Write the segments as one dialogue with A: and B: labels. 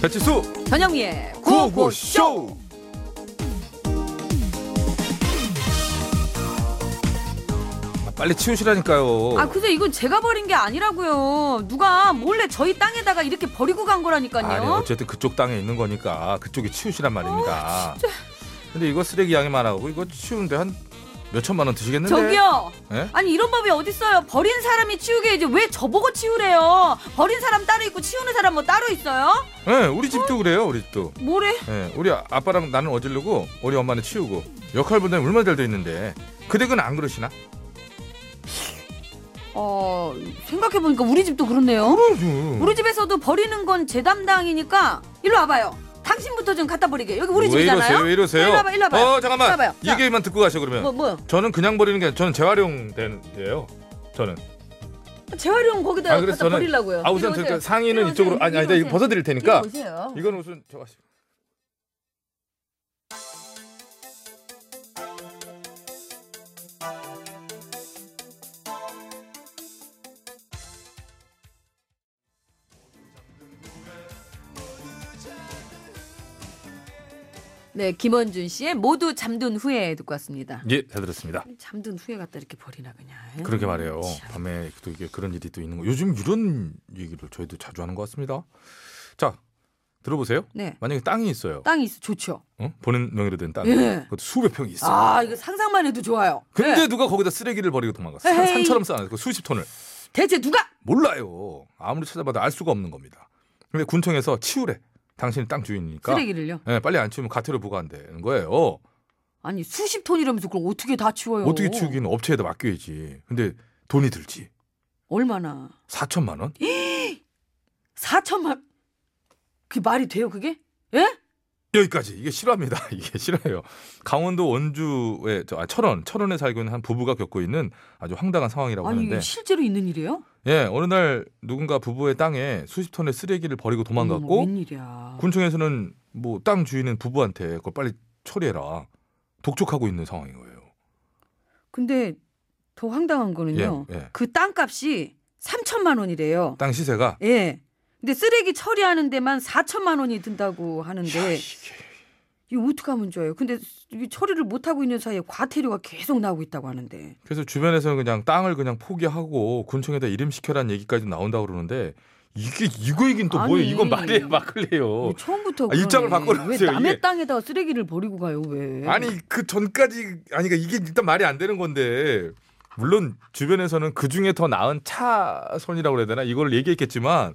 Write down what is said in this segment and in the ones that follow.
A: 배치수
B: 전영미의
A: 구호쇼 아, 빨리 치우시라니까요
B: 아 근데 이건 제가 버린 게 아니라고요. 누가 몰래 저희 땅에다가 이렇게 버리고 간
A: 아니
B: 거라니까요.
A: 어쨌든 그쪽 땅에 있는 거니까 그쪽에 치우시란
B: 어,
A: 말입니다 근데 이거 쓰레기 양이 많아고 이거 치우는데 한 몇천만 원 드시겠는데
B: 저기요.
A: 예?
B: 아니 이런 법이 어딨어요. 버린 사람이 치우게 해야지 왜 저보고 치우래요. 버린 사람 따로 있고 치우는 사람 뭐 따로 있어요?
A: 예, 우리 집도 그래요 우리 집도
B: 뭐래?
A: 예, 우리 아- 아빠랑 나는 어지르고 우리 엄마는 치우고 역할 분담이 얼마나 잘 돼 있는데 그 댁은 안 그러시나?
B: 어 생각해보니까 우리 집도 그렇네요.
A: 그러죠
B: 우리 집에서도 버리는 건 제 담당이니까 일로 와봐요. 당신부터 좀 갖다 버리게. 여기 우리
A: 왜
B: 집이잖아요.
A: 이러세요 왜 이러세요
B: 일로 와봐 일로 와봐요.
A: 어 잠깐만
B: 일로 와봐요. 자.
A: 얘기만 듣고 가셔 그러면
B: 뭐 뭐요?
A: 저는 그냥 버리는 게 아니라 저는 재활용된예요. 저는.
B: 재활용 거기다 네, 갖다 버리려고요.
A: 아 우선
B: 이리
A: 저, 저
B: 오세요.
A: 상의는
B: 이리
A: 이쪽으로
B: 오세요.
A: 아니 아니
B: 이리
A: 내가 이거
B: 오세요.
A: 벗어드릴 테니까
B: 이리 오세요.
A: 이건 우선 저가
B: 네, 김원준 씨의 모두 잠든 후에 듣고 왔습니다.
A: 예잘 들었습니다.
B: 잠든 후에 갖다 이렇게 버리나 그냥. 에이,
A: 그러게 말이에요.
B: 참.
A: 밤에 또 이게 그런 일이 또 있는 거. 요즘 이런 얘기를 저희도 자주 하는 것 같습니다. 자 들어보세요.
B: 네,
A: 만약에 땅이 있어요.
B: 땅이 있어 좋죠.
A: 어? 보는 명의로 된 땅.
B: 예.
A: 그것도 수백 평이 있어. 요
B: 아, 이거 상상만 해도 좋아요.
A: 근데
B: 네.
A: 누가 거기다 쓰레기를 버리고 도망갔어. 산-
B: 에헤이.
A: 산처럼 쌓아놨어. 그 수십 톤을.
B: 대체 누가?
A: 몰라요. 아무리 찾아봐도 알 수가 없는 겁니다. 근데 군청에서 치우래. 당신이 땅 주인이니까.
B: 쓰레기를요?
A: 예, 빨리 안 치우면 가태료 부과한다는 거예요.
B: 아니 수십 톤이라면서 그걸 어떻게 다 치워요?
A: 어떻게 치우기는 업체에다 맡겨야지. 근데 돈이 들지.
B: 얼마나?
A: 4천만 원?
B: 4천만. 그게 말이 돼요 그게? 예?
A: 여기까지. 이게 실화입니다. 이게 실화예요. 강원도 원주에 저, 아, 철원, 철원에 살고 있는 한 부부가 겪고 있는 아주 황당한 상황이라고
B: 아니
A: 하는데
B: 이게 실제로 있는 일이에요?
A: 예, 어느 날 누군가 부부의 땅에 수십 톤의 쓰레기를 버리고 도망갔고
B: 어머, 음, 웬일이야?
A: 군청에서는 뭐 땅 주인인 부부한테 그걸 빨리 처리해라. 독촉하고 있는 상황인 거예요.
B: 근데 더 황당한 거는요.
A: 예, 예.
B: 그 땅값이 3천만 원이래요.
A: 땅 시세가
B: 예. 근데 쓰레기 처리하는 데만 4천만 원이 든다고 하는데 이거 어떻게 하면 좋아요? 근데 이게 처리를 못 하고 있는 사이에 과태료가 계속 나오고 있다고 하는데.
A: 그래서 주변에서는 그냥 땅을 그냥 포기하고 군청에다 이름 시켜라는 얘기까지 나온다고 그러는데 이게 이거 얘기는 또 뭐예요?
B: 아니.
A: 이건 말이 막걸리예요.
B: 근데 처음부터
A: 아, 입장을
B: 그러네.
A: 바꿔놓으세요,
B: 왜 남의
A: 이게.
B: 땅에다가 쓰레기를 버리고 가요? 왜?
A: 아니 그 전까지 아니 그러니까 이게 일단 말이 안 되는 건데 물론 주변에서는 그 중에 더 나은 차선이라고 그래야 되나 이걸 얘기했겠지만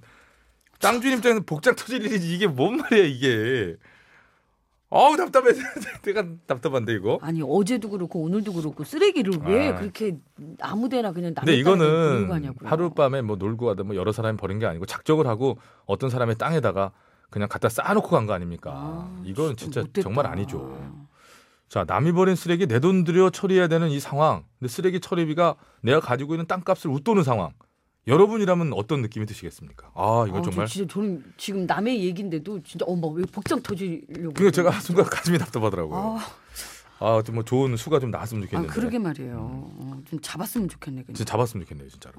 A: 땅 주인 입장에서 복장 터질 일이지 이게 뭔 말이야 이게 아우 답답해 내가 답답한데 이거
B: 아니 어제도 그렇고 오늘도 그렇고 쓰레기를 왜
A: 아.
B: 그렇게 아무데나 그냥
A: 근데
B: 남의 땅에 버리고
A: 이거는
B: 가냐고.
A: 하룻밤에 뭐 놀고 하다 뭐 여러 사람이 버린 게 아니고 작정을 하고 어떤 사람의 땅에다가 그냥 갖다 쌓아놓고 간 거 아닙니까? 이건 진짜
B: 못됐다.
A: 정말 아니죠. 자 남이 버린 쓰레기 내 돈 들여 처리해야 되는 이 상황. 근데 쓰레기 처리비가 내가 가지고 있는 땅값을 웃도는 상황. 여러분이라면 어떤 느낌이 드시겠습니까? 아 이건
B: 아우, 어, 저
A: 정말.
B: 진짜 저는 지금 남의 얘긴데도 진짜 어머 왜 복장 터지려고.
A: 그게 제가
B: 그러는지.
A: 순간 가슴이 답답하더라고요.
B: 아,
A: 아, 좀뭐 좋은 수가 좀 나왔으면
B: 아,
A: 좋겠는데.
B: 그러게 말이에요. 어, 좀 잡았으면 좋겠네. 그냥.
A: 진짜 잡았으면 좋겠네요, 진짜로.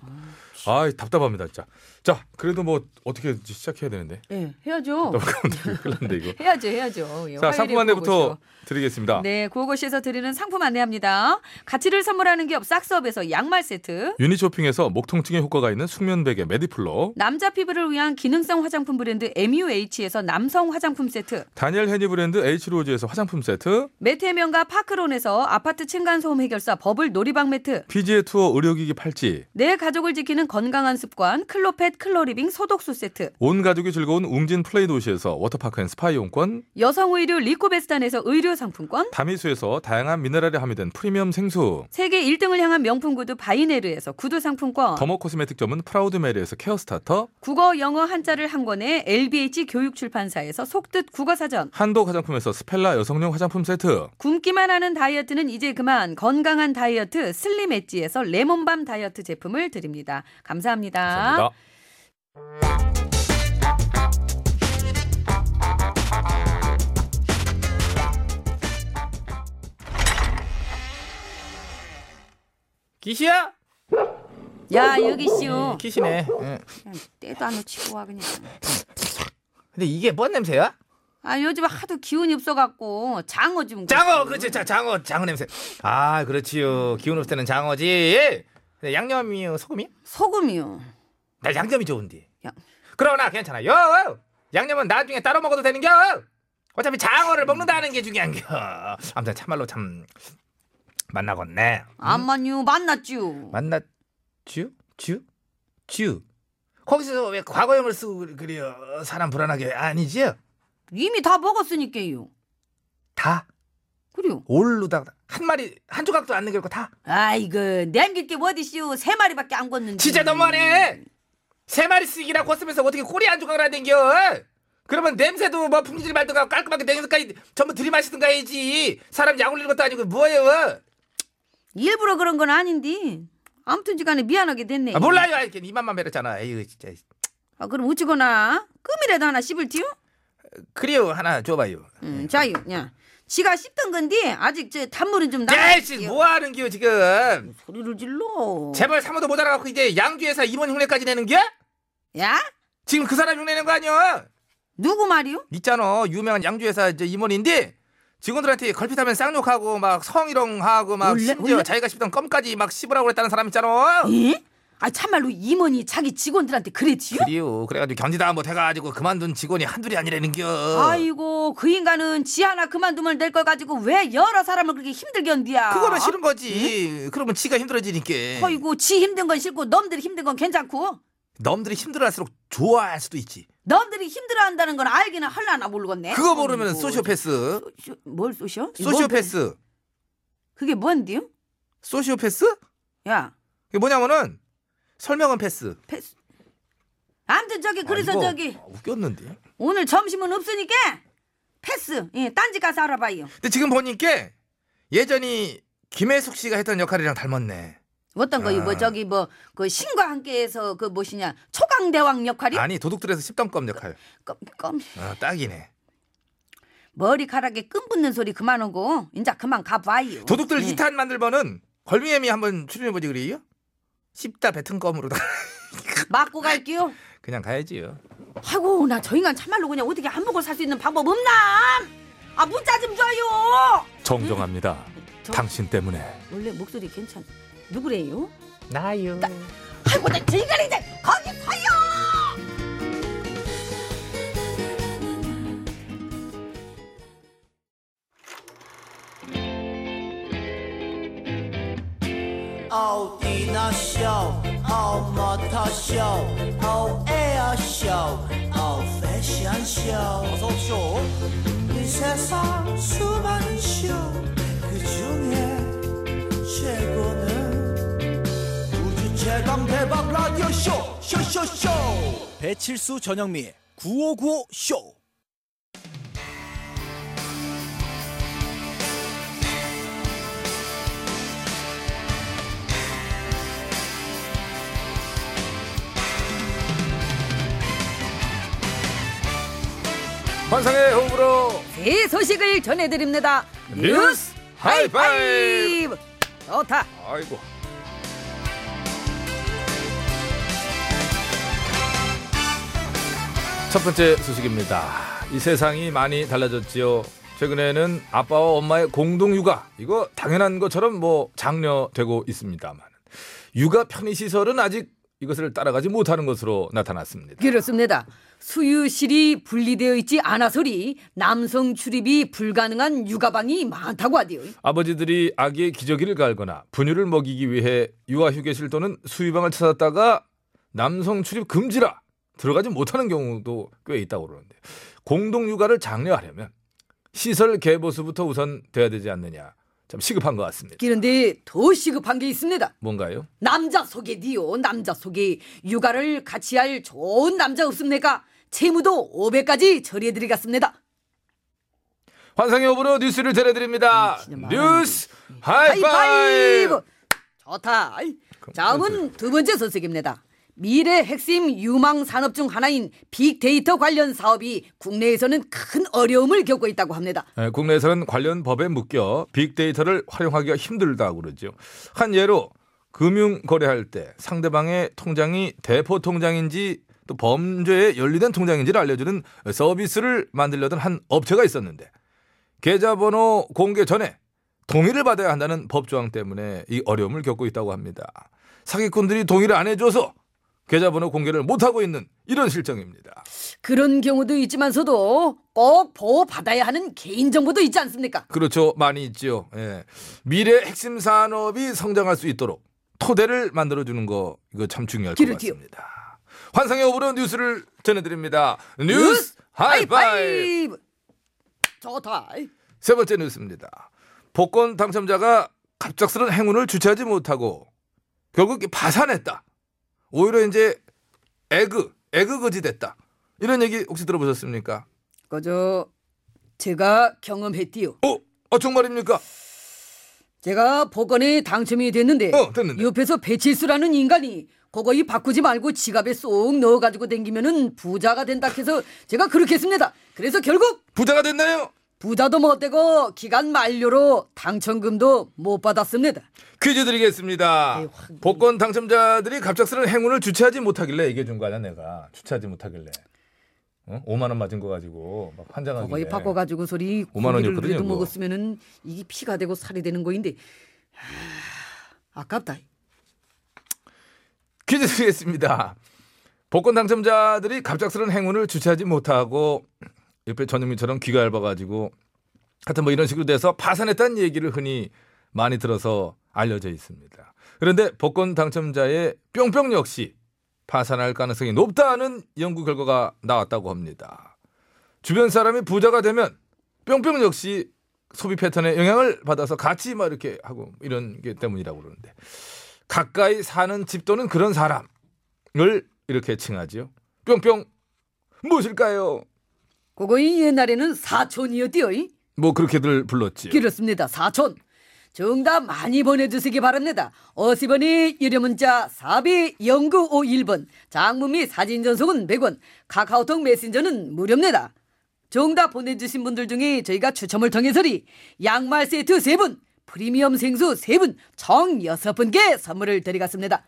A: 아, 답답합니다, 진짜. 자, 그래도 뭐 어떻게 이제 시작해야 되는데.
B: 예, 해야죠.
A: 큰일 났는데 이거.
B: 해야죠, 해야죠. 예,
A: 자,
B: 화요일에
A: 상품 안내부터
B: 구호고쇼.
A: 드리겠습니다.
B: 네, 구호고시에서 드리는 상품 안내합니다. 가치를 선물하는 기업 싹스업에서 양말 세트,
A: 유니쇼핑에서 목 통증에 효과가 있는 숙면 베개 메디플러,
B: 남자 피부를 위한 기능성 화장품 브랜드 MUH에서 남성 화장품 세트,
A: 다니엘 헤니 브랜드 H로즈에서 화장품 세트,
B: 매태면과 파크론에서 아파트 층간소음 해결사 버블 놀이방 매트,
A: PGA 투어 의료기기 팔찌,
B: 내 가족을 지키는 건강한 습관 클로펫 클로리빙 소독수 세트,
A: 온 가족이 즐거운 웅진 플레이 도시에서 워터파크 앤 스파 이용권,
B: 여성 의류 리코베스탄에서 의류 상품권,
A: 다미수에서 다양한 미네랄이 함유된 프리미엄 생수,
B: 세계 1등을 향한 명품 구두 바이네르에서 구두 상품권,
A: 더머 코스메틱점은 프라우드메리에서 케어 스타터,
B: 국어 영어 한자를 한 권에 LBH 교육출판사에서 속뜻 국어사전,
A: 한독 화장품에서 스펠라 여성용 화장품 세트,
B: 굶기만 하는 다이어트는 이제 그만 건강한 다이어트 슬림 엣지에서 레몬밤 다이어트 제품을 드립니다. 감사합니다.
A: 감사합니다.
B: 아.
C: 기시야?
B: 야 여기 씨요.
C: 응, 기시네. 응.
B: 때도 안 놓치고 와 그냥.
C: 근데 이게 뭔 냄새야?
B: 아 요즘 하도 기운이 없어갖고 장어 좀.
C: 장어, 그렇지, 자, 장어, 장어 냄새. 아, 그렇지요. 기운 없을 때는 장어지. 근데 양념이요, 소금이?
B: 소금이요.
C: 나 양념이 좋은데.
B: 양-
C: 그러나 괜찮아요. 양념은 나중에 따로 먹어도 되는겨. 어차피 장어를 먹는다는 게 중요한겨. 아무튼 참말로 참 만나겠네.
B: 아. 안만요 만났죠.
C: 만났 쥬? 쥬? 쥬? 거기서 왜 과거형을 쓰고 그려 사람 불안하게 아니지요?
B: 이미 다 먹었으니까요.
C: 다
B: 그래요.
C: 올르다 한 마리 한 조각도 안 남길고 다
B: 아이고 남길 게 어디시오. 세 마리밖에 안 걷는데.
C: 진짜 너무하네 세 마리씩이라고 쓰면서 어떻게 꼬리 한 조각을 안 댕겨 그러면 냄새도 뭐 풍질 말든가 깔끔하게 냄새까지 전부 들이마시든가 해야지 사람 약 올리는 것도 아니고 뭐예요
B: 일부러 그런 건 아닌데. 아무튼지간에 미안하게 됐네.
C: 아, 몰라요 이렇게 이만만 매렸잖아 에휴 진짜
B: 아, 그럼 어찌거나 끔이라도 하나 씹을티요?
C: 그래요 하나 줘봐요
B: 음, 자요, 야. 지가 씹던 건데 아직 저 단물은 좀 남아.
C: 야이씨 뭐하는 기요 지금
B: 소리를 질러.
C: 제발 사모도 못 알아갖고 이제 양주에서 이번 흉내까지 내는 게
B: 야?
C: 지금 그 사람 흉내낸 거 아니야
B: 누구 말이요?
C: 있잖아 유명한 양주회사 이제 임원인데 직원들한테 걸핏하면 쌍욕하고 막 성희롱하고 막
B: 원래-
C: 심지어
B: 원래-
C: 자기가 씹던 껌까지 막 씹으라고 그랬다는 사람 있잖아
B: 예? 아 참말로 임원이 자기 직원들한테 그랬지요?
C: 그리요 그래가지고 견디다 못해가지고 그만둔 직원이 한둘이 아니라는겨
B: 아이고 그 인간은 지 하나 그만두면 될 걸 가지고 왜 여러 사람을 그렇게 힘들게 한디야?
C: 그거는 싫은 거지 그러면 지가 힘들어지니까
B: 아이고 지 힘든 건 싫고 넘들이 힘든 건 괜찮고
C: 넘들이 힘들어할수록 좋아할 수도 있지
B: 넘들이 힘들어한다는 건 알기는 헐라나 모르겠네.
C: 그거 모르면
B: 아이고,
C: 소시오패스
B: 소시- 뭘 소시오?
C: 소시오패스
B: 그게 뭔데요?
C: 소시오패스?
B: 야
C: 이게 뭐냐면은 설명은 패스
B: 패스. 아무튼 저기 그래서
C: 아, 이거
B: 저기
C: 웃겼는데
B: 오늘 점심은 없으니까 패스. 예, 딴지 가서 알아봐요.
C: 근데 지금 보니까 예전이 김혜숙 씨가 했던 역할이랑 닮았네
B: 어떤 거요?
C: 아.
B: 뭐 저기 뭐 그 신과 함께해서 그 뭐시냐 초강대왕 역할이?
C: 아니 도둑들에서 씹던껌 역할.
B: 껌, 껌
C: 어, 딱이네.
B: 머리카락에 끈 붙는 소리 그만하고 이제 그만 가봐요.
C: 도둑들 네.
B: 예.
C: 이 2탄 만들면은 걸미애미 한번 출연해보지 그래요? 씹다 뱉은 껌으로 다
B: 맞고 갈게요.
C: 그냥 가야지요.
B: 아이고 나 저 인간 참말로 그냥 어떻게 한복을 살 수 있는 방법 없나? 아 문자 좀 줘요.
A: 정정합니다.
B: 저-
A: 당신 때문에.
B: 원래 목소리 괜찮. 누구래요?
C: 나요.
B: 아이고 나저 인간 이제 거기 서요.
D: 어디나 쇼 어머터 쇼 어에어 쇼 어패션 쇼 어서 오쇼 이 세상 수많은 쇼그 중에 최고는 우주 최강 대박 라디오 쇼 쇼쇼쇼 배칠수 전영미 9595 쇼.
A: 환상의 호흡으로
B: 이 소식을 전해드립니다.
A: 뉴스
C: 하이파이브.
B: 하이파이브. 좋다.
C: 아이고. 첫 번째 소식입니다. 이 세상이 많이 달라졌지요. 최근에는 아빠와 엄마의 공동 육아 이거 당연한 것처럼 뭐 장려되고 있습니다만 육아 편의 시설은 아직 이것을 따라가지 못하는 것으로 나타났습니다.
B: 그렇습니다. 수유실이 분리되어 있지 않아서리 남성 출입이 불가능한 육아방이 많다고 하디요.
C: 아버지들이 아기의 기저귀를 갈거나 분유를 먹이기 위해 유아휴게실 또는 수유방을 찾았다가 남성 출입 금지라 들어가지 못하는 경우도 꽤 있다고 그러는데 공동 육아를 장려하려면 시설 개보수부터 우선 돼야 되지 않느냐 참 시급한 것 같습니다.
B: 그런데 더 시급한 게 있습니다.
C: 뭔가요?
B: 남자 소개디요. 남자 소개. 육아를 같이 할 좋은 남자 없습니까? 채무도 500까지 처리해드리겠습니다.
C: 환상의 오브로 뉴스를 전해드립니다.
B: 음, 진짜 많은데. 네.
C: 뉴스 하이파이브.
B: 하이파이브! 좋다.
C: 네,
B: 다음은 두 번째 소식입니다. 미래 핵심 유망 산업 중 하나인 빅데이터 관련 사업이 국내에서는 큰 어려움을 겪고 있다고 합니다.
C: 예, 국내에서는 관련 법에 묶여 빅데이터를 활용하기가 힘들다고 그러죠. 한 예로 금융 거래할 때 상대방의 통장이 대포 통장인지 또 범죄에 연루된 통장인지를 알려주는 서비스를 만들려던 한 업체가 음, 있었는데 계좌번호 공개 전에 동의를 받아야 한다는 법조항 때문에 이 어려움을 겪고 있다고 합니다. 사기꾼들이 동의를 안 해줘서 계좌번호 공개를 못하고 있는 이런 실정입니다.
B: 그런 경우도 있지만서도 꼭 보호받아야 하는 개인정보도 있지 않습니까?
C: 그렇죠. 많이 있지요. 예. 미래 핵심 산업이 성장할 수 있도록 토대를 만들어 주는 거 이거 참 중요할 것
B: 그러지요.
C: 같습니다. 환상의 오브로 뉴스를 전해 드립니다. 뉴스 하이파이.
B: 좋다.
C: 세 번째 뉴스입니다. 복권 당첨자가 갑작스런 행운을 주체하지 못하고 결국 파산했다. 오히려 이제 에그 에그 거지 됐다. 이런 얘기 혹시 들어보셨습니까?
B: 그저 제가 경험했디요.
C: 어, 어 정말입니까?
B: 제가 복권에 당첨이 됐는데,
C: 어, 됐는데.
B: 옆에서 배칠수라는 인간이 그거 이 바꾸지 말고 지갑에 쏙 넣어가지고 댕기면은 부자가 된다 해서 제가 그렇게 했습니다. 그래서 결국
C: 부자가 됐나요?
B: 부자도 못 되고 기간 만료로 당첨금도 못 받았습니다.
C: 퀴즈 드리겠습니다.
B: 에이, 네, 확-
C: 복권 당첨자들이 갑작스런 행운을 주체하지 못하길래 얘기해 준 거 아니야 내가 주체하지 못하길래 어? 5만 원 맞은 거 가지고 막 환장하길래
B: 거의 바꿔가지고 소리
C: 예. 오만 원이었거든요,
B: 고기를 그래도
C: 그거.
B: 먹었으면은 이게 피가 되고 살이 되는 거인데 하, 아깝다.
C: 퀴즈 드리겠습니다. 복권 당첨자들이 갑작스런 행운을 주체하지 못하고 옆에 전현민처럼 귀가 얇아가지고 하여튼 뭐 이런 식으로 돼서 파산했다는 얘기를 흔히 많이 들어서 알려져 있습니다. 그런데 복권 당첨자의 뿅뿅 역시 파산할 가능성이 높다는 연구 결과가 나왔다고 합니다. 주변 사람이 부자가 되면 뿅뿅 역시 소비 패턴에 영향을 받아서 같이 막 이렇게 하고 이런 게 때문이라고 그러는데 가까이 사는 집 또는 그런 사람을 이렇게 칭하지요. 뿅뿅 무엇일까요?
B: 그거이 옛날에는 사촌이었디요. 이?
C: 뭐 그렇게들 불렀지요.
B: 그렇습니다. 사촌. 정답 많이 보내주시기 바랍니다. 50원이 유료 문자 4비 0951번 장문 및 사진 전송은 100원 카카오톡 메신저는 무료입니다. 정답 보내주신 분들 중에 저희가 추첨을 통해서리 양말 세트 3분 프리미엄 생수 3분 총 6분께 선물을 드리겠습니다.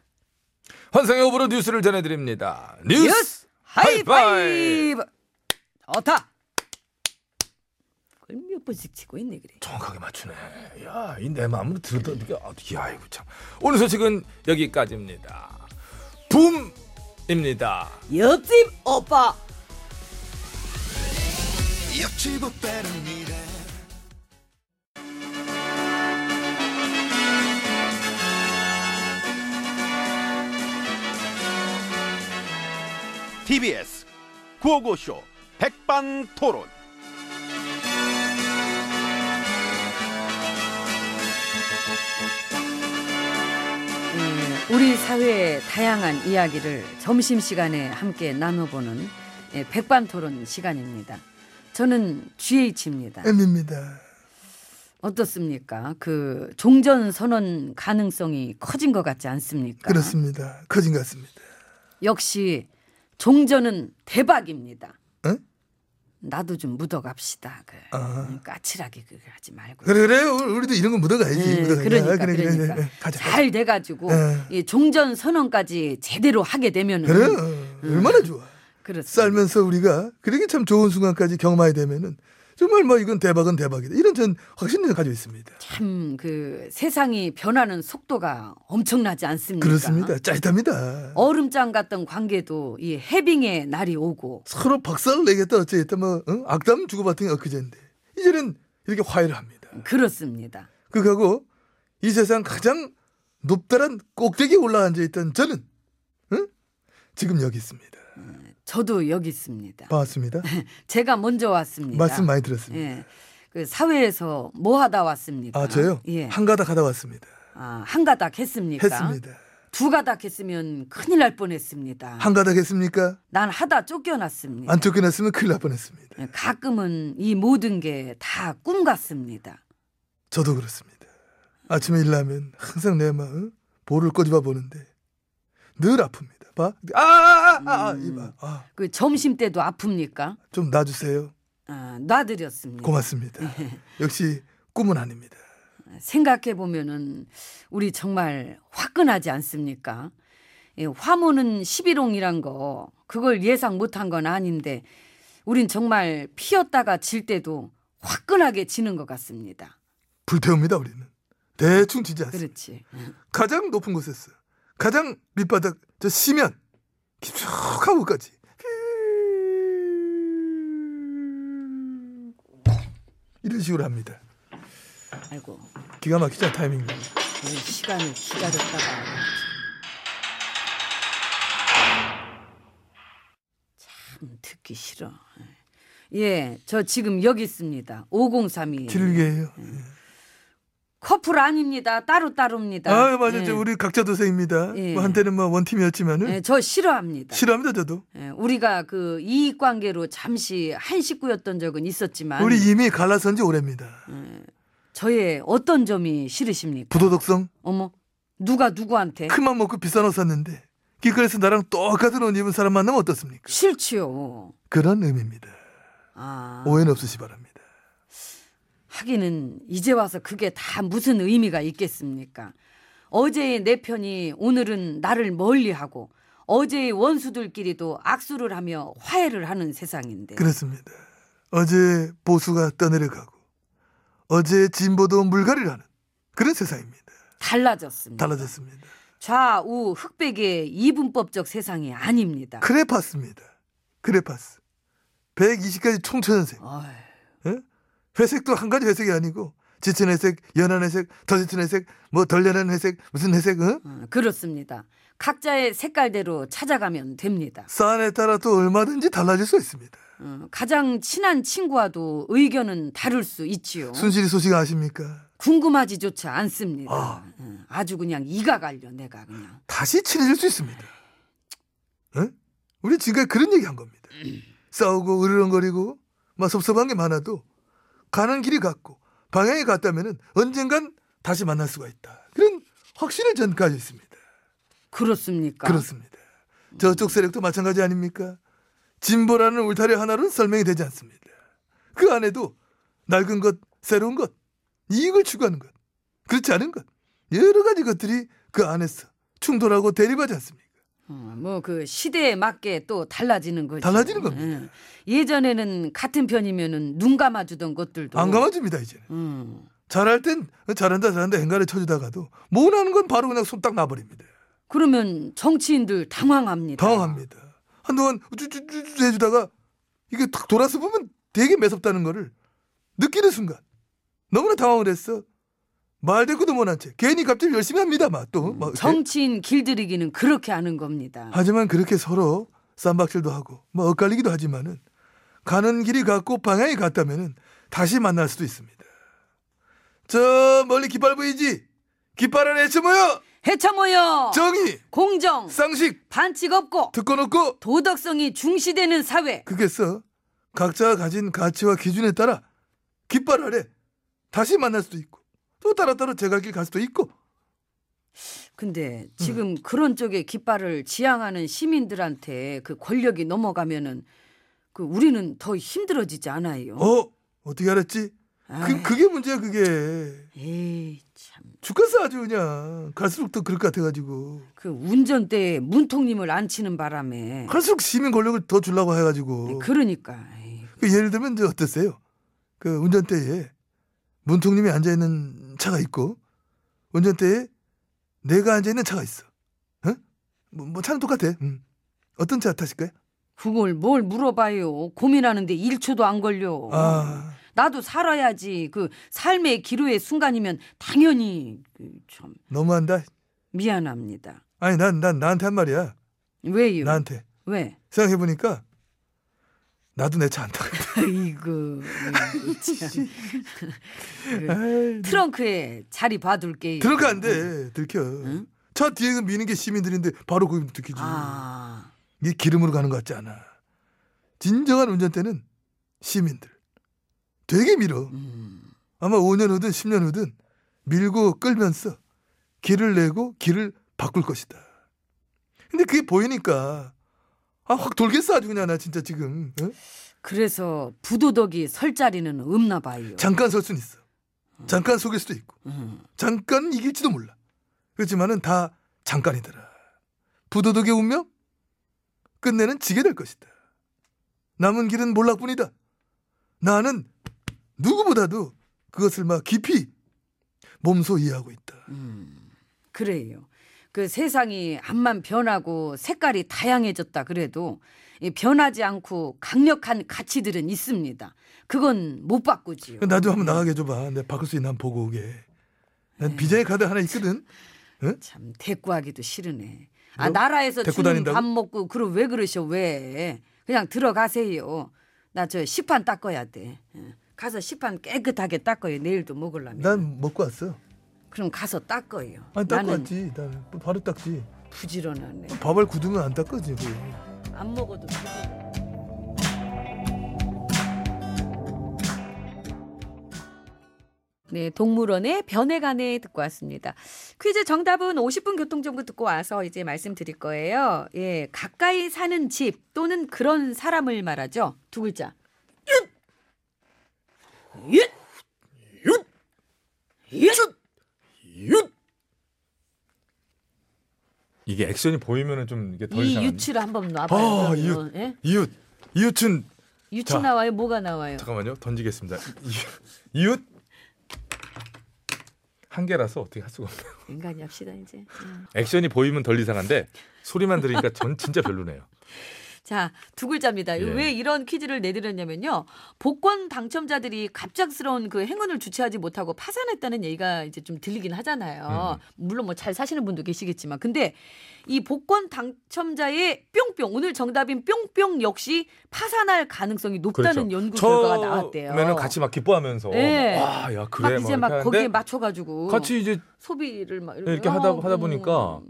C: 환상의 오브로 뉴스를 전해드립니다. 뉴스,
B: 뉴스 하이파이브 좋다. 그걸 몇 번씩 치고 있네 그래.
C: 정확하게 맞추네. 야, 이 내 마음으로 들었다. 이게 아, 야, 이거 참. 오늘 소식은 여기까지입니다. 붐입니다.
B: 옆집 오빠
E: 옆집 오빠는 이래
D: TBS 구호고쇼 백반토론.
B: 예, 우리 사회의 다양한 이야기를 점심시간에 함께 나눠보는 예, 백반토론 시간입니다. 저는 GH입니다.
F: M입니다.
B: 어떻습니까? 그 종전 선언 가능성이 커진 것 같지 않습니까?
F: 그렇습니다. 커진 것 같습니다.
B: 역시 종전은 대박입니다.
F: 응?
B: 나도 좀 묻어갑시다. 그
F: 아.
B: 까칠하게 그 하지 말고.
A: 그래 그래 우리- 우리도 이런 거 묻어가야지.
B: 예,
A: 묻어가자.
B: 그러니까
A: 그래, 그래,
B: 그러니까
F: 예,
B: 예.
A: 그래. 가자. 가자.
B: 잘 돼가지고
A: 어.
B: 이 종전 선언까지 제대로 하게 되면은
F: 그래 어,
B: 음.
F: 얼마나 좋아
B: 그렇습니다.
F: 살면서 우리가 그렇게 참 좋은 순간까지 경험하게 되면은 정말 뭐 이건 대박은 대박이다 이런 전 확신을 가지고 있습니다
B: 참 그 세상이 변하는 속도가 엄청나지 않습니까?
F: 그렇습니다 짜릿합니다
B: 얼음장 같던 관계도 이 해빙의 날이 오고
F: 서로 박살 내겠다 어쩌겠다 뭐 응? 악담 주고받은 게 엊그제인데 이제는 이렇게 화해를 합니다
B: 그렇습니다.
F: 그하고 이 세상 가장 높다란 꼭대기에 올라앉아 있던 저는 응? 지금 여기 있습니다
B: 저도 여기 있습니다.
F: 반갑습니다
B: 제가 먼저 왔습니다.
F: 말씀 많이 들었습니다
B: 예. 그 사회에서 뭐 하다 왔습니까?
F: 아 저요
B: 예. 그러니까. 한,
F: 한가닥 하다 왔습니다
B: 아, 한 가닥 했습니까?
F: 했습니다
B: 두 가닥 했으면 큰일 날 뻔했습니다.
F: 한가닥 했습니까?
B: 난 하다 쫓겨났습니다.
F: 안 쫓겨났으면 큰일 날 뻔했습니다.
B: 예, 가끔은 이 모든 게 다 꿈 같습니다.
F: 저도 그렇습니다. 아침에 일나면 항상 내 마음 볼을 꼬집어 보는데 늘 아픕니다. 봐, 아아아아 이봐, 아,
B: 그 점심 때도 아픕니까?
F: 좀 놔주세요.
B: 아, 놔드렸습니다.
F: 예. 고맙습니다. 역시 꿈은 아닙니다.
B: 생각해 보면은 우리 정말 화끈하지 않습니까? 예, 화모는 11홍이란 거 그걸 예상 못한 건 아닌데 우린 정말 피었다가 질 때도 화끈하게 지는 것 같습니다.
F: 불태웁니다 우리는 대충 지지 않습니다.
B: 그렇지. 음,
F: 가장 높은 곳에서 가장 밑바닥 저 심연 깊숙한 곳까지 이런 식으로 합니다.
B: 아이고
F: 기가 막히죠 타이밍.
B: 이 시간을 기다렸다가 참 듣기 싫어. 예, 저 지금 여기 있습니다. 5032.
F: 길게 해요.
B: 커플 아닙니다. 따로 따로입니다.
F: 아 맞아
B: 예.
F: 요 우리 각자 도생입니다.
B: 예.
F: 뭐 한때는 뭐 원팀이었지만은
B: 예, 저 싫어합니다.
F: 싫어합니다 저도.
B: 예, 우리가 그 이익 관계로 잠시 한 식구였던 적은 있었지만
F: 우리 이미 갈라선 지 오래입니다.
B: 저의 어떤 점이 싫으십니까?
F: 부도덕성
B: 어머, 누가 누구한테?
F: 큰맘 먹고 비싼 옷 샀는데 길거리에서 나랑 똑같은 옷 입은 사람 만나면 어떻습니까?
B: 싫지요.
F: 그런 의미입니다.
B: 아,
F: 오해는 없으시 바랍니다.
B: 하기는 이제 와서 그게 다 무슨 의미가 있겠습니까? 어제의 내 편이 오늘은 나를 멀리하고 어제의 원수들끼리도 악수를 하며 화해를 하는 세상인데
F: 그렇습니다. 어제 보수가 떠내려가고 어제 진보도 물갈이를 하는 그런 세상입니다.
B: 달라졌습니다.
F: 달라졌습니다.
B: 좌우 흑백의 이분법적 세상이 아닙니다.
F: 그- 크레파스입니다. 크레파스. 120가지 총천연색.
B: 어휴.
F: 예? 회색도 한 가지 회색이 아니고 짙은 회색, 연한 회색, 더 짙은 회색, 뭐 덜 연한 회색, 무슨 회색? 응?
B: 어, 그렇습니다. 각자의 색깔대로 찾아가면 됩니다.
F: 사안에 따라 또 얼마든지 달라질 수 있습니다.
B: 어, 가장 친한 친구와도 의견은 다를 수 있지요.
F: 순실이 소식 아십니까?
B: 궁금하지조차 않습니다.
F: 아.
B: 어, 아주 그냥 이가 갈려 내가 그냥.
F: 다시 친해질 수 있습니다. 응? 우리 지금까지 그런 얘기 한 겁니다. 싸우고 으르렁거리고 막 섭섭한 게 많아도 가는 길이 같고 방향이 같다면 언젠간 다시 만날 수가 있다. 그런 확신을 전 가지고 있습니다.
B: 그렇습니까?
F: 그렇습니다. 저쪽 세력도 마찬가지 아닙니까? 진보라는 울타리 하나로는 설명이 되지 않습니다. 그 안에도 낡은 것, 새로운 것, 이익을 추구하는 것, 그렇지 않은 것, 여러 가지 것들이 그 안에서 충돌하고 대립하지 않습니까?
B: 뭐 그 시대에 맞게 또 달라지는 거죠.
F: 달라지는 겁니다.
B: 예. 예전에는 같은 편이면은 눈 감아주던 것들도
F: 안 감아줍니다, 이제는.
B: 음,
F: 잘할 땐 잘한다, 잘한다, 행간을 쳐주다가도 뭐 못하는 건 바로 그냥 손 딱 놔버립니다.
B: 그러면 정치인들 당황합니다.
F: 당황합니다. 한동안 우쭈쭈쭈쭈 해주다가 이게 탁 돌아서 보면 되게 매섭다는 거를 느끼는 순간 너무나 당황을 했어. 말 대꾸도 못한 채 괜히 갑자기 열심히 합니다. 막또 뭐
B: 음,
F: 막 이렇게.
B: 정치인 길들이기는 그렇게 하는 겁니다.
F: 하지만 그렇게 서로 쌈박질도 하고 뭐 엇갈리기도 하지만은 가는 길이 같고 방향이 같다면은 다시 만날 수도 있습니다. 저 멀리 깃발 보이지? 깃발 안에 쳐모여
B: 해쳐 모여
F: 정의
B: 공정
F: 쌍식
B: 반칙 없고
F: 듣고 놓고
B: 도덕성이 중시되는 사회
F: 그게 써 각자가 가진 가치와 기준에 따라 깃발 아래 다시 만날 수도 있고 또 따로 따로 제갈 길 갈 수도 있고
B: 근데 지금
F: 음.
B: 그런 쪽에 깃발을 지향하는 시민들한테 그 권력이 넘어가면은 그 우리는 더 힘들어지지 않아요.
F: 어? 어떻게 알았지? 그,
B: 아이,
F: 그게 문제야 그게.
B: 에이 참.
F: 죽겠어 아주 그냥. 갈수록 더 그럴 것 같아가지고.
B: 그 운전대에 문통님을 안 치는 바람에
F: 갈수록 시민 권력을 더 주려고 해가지고.
B: 그러니까 에이,
F: 그 예를 들면 이제 어땠어요? 그 운전대에 문통님이 앉아 있는 차가 있고 운전대에 내가 앉아 있는 차가 있어. 응? 뭐, 뭐 차는 똑같아. 음. 어떤 차 타실까요?
B: 그걸 뭘 물어봐요. 고민하는데 1초도 안 걸려.
F: 아,
B: 나도 살아야지. 그 삶의 기로의 순간이면 당연히 그참
F: 너무한다.
B: 미안합니다.
F: 아니 난 난 나한테 한 말이야.
B: 왜요?
F: 나한테
B: 왜?
F: 생각해 보니까 나도 내 차 안 타겠다.
B: 아이고. 참.
F: 아이,
B: 트렁크에 자리 봐둘게요.
F: 들어가 안 돼. 들켜.
B: 음. 응?
F: 차 뒤에서 미는 게 시민들인데 바로 거기 들키지.
B: 아,
F: 이게 기름으로 가는 것 같지 않아. 진정한 운전대는 시민들. 되게 밀어.
B: 음.
F: 아마 5년 후든 10년 후든 밀고 끌면서 길을 내고 길을 바꿀 것이다. 근데 그게 보이니까 아 확 돌겠어 아주 그냥 나 진짜 지금 어?
B: 그래서 부도덕이 설 자리는 없나 봐요.
F: 잠깐 설 순 있어. 잠깐 속일 수도 있고
B: 음.
F: 잠깐 이길지도 몰라. 그렇지만은 다 잠깐이더라. 부도덕의 운명? 끝내는 지게 될 것이다. 남은 길은 몰락뿐이다. 나는 누구보다도 그것을 막 깊이 몸소 이해하고 있다.
B: 그래요. 그 세상이 암만 변하고 색깔이 다양해졌다 그래도 이 변하지 않고 강력한 가치들은 있습니다. 그건 못 바꾸지요.
F: 나 좀 한번 나가게 해줘봐. 내가 바꿀 수 있나 한번 보고 오게.
B: 네.
F: 난 비자의 카드 하나 있거든.
B: 참 대꾸하기도 싫으네. 아
F: 뭐?
B: 나라에서
F: 대꾸
B: 주는
F: 다닌다고?
B: 밥 먹고 그럼 왜 그러셔 왜? 그냥 들어가세요. 나 저 시판 닦아야 돼. 예. 가서 시판 깨끗하게 닦아요. 내일도 먹으려면.
F: 난 먹고 왔어.
B: 그럼 가서 닦아요.
F: 아니 닦고
B: 나는
F: 왔지. 난 바로 닦지.
B: 부지런하네.
F: 밥알 굳으면 안 닦아지. 뭐.
B: 안 먹어도 부지런해. 네, 동물원의 변해가네 듣고 왔습니다. 퀴즈 정답은 50분 교통정보 듣고 와서 이제 말씀드릴 거예요. 예, 가까이 사는 집 또는 그런 사람을 말하죠. 두 글자. 윷! 윷! 윷! 윷!
A: 이게 액션이 보이면은 좀 이게 덜
B: 이
A: 이상한.
B: 유추를 한번 놔봐요.
A: 아,
B: 그러면. 예?
A: 이웃 이웃은
B: 유추
A: 자.
B: 나와요? 뭐가 나와요?
A: 잠깐만요 던지겠습니다. 이- 이웃 한 개라서 어떻게 할 수가 없네요.
B: 인간이 합시다 이제. 음.
A: 액션이 보이면 덜 이상한데 소리만 들으니까 전 진짜 별로네요.
B: 자, 두 글자입니다.
A: 예.
B: 왜 이런 퀴즈를 내드렸냐면요. 복권 당첨자들이 갑작스러운 그 행운을 주체하지 못하고 파산했다는 얘기가 이제 좀 들리긴
A: 음.
B: 하잖아요. 물론 뭐 잘 사시는 분도 계시겠지만. 근데 이 복권 당첨자의 뿅뿅, 오늘 정답인 뿅뿅 역시 파산할 가능성이 높다는 연구 그 결과가 나왔대요.
A: 처음에는 그렇죠. 같이 막 기뻐하면서
B: 예.
A: 와, 야 그래
B: 막 이제
A: 이렇게
B: 막 거기에
A: 하는데
B: 맞춰가지고
A: 같이 이제
B: 소비를 막 이렇게,
A: 이렇게 하다
B: 하고.
A: 하다 보니까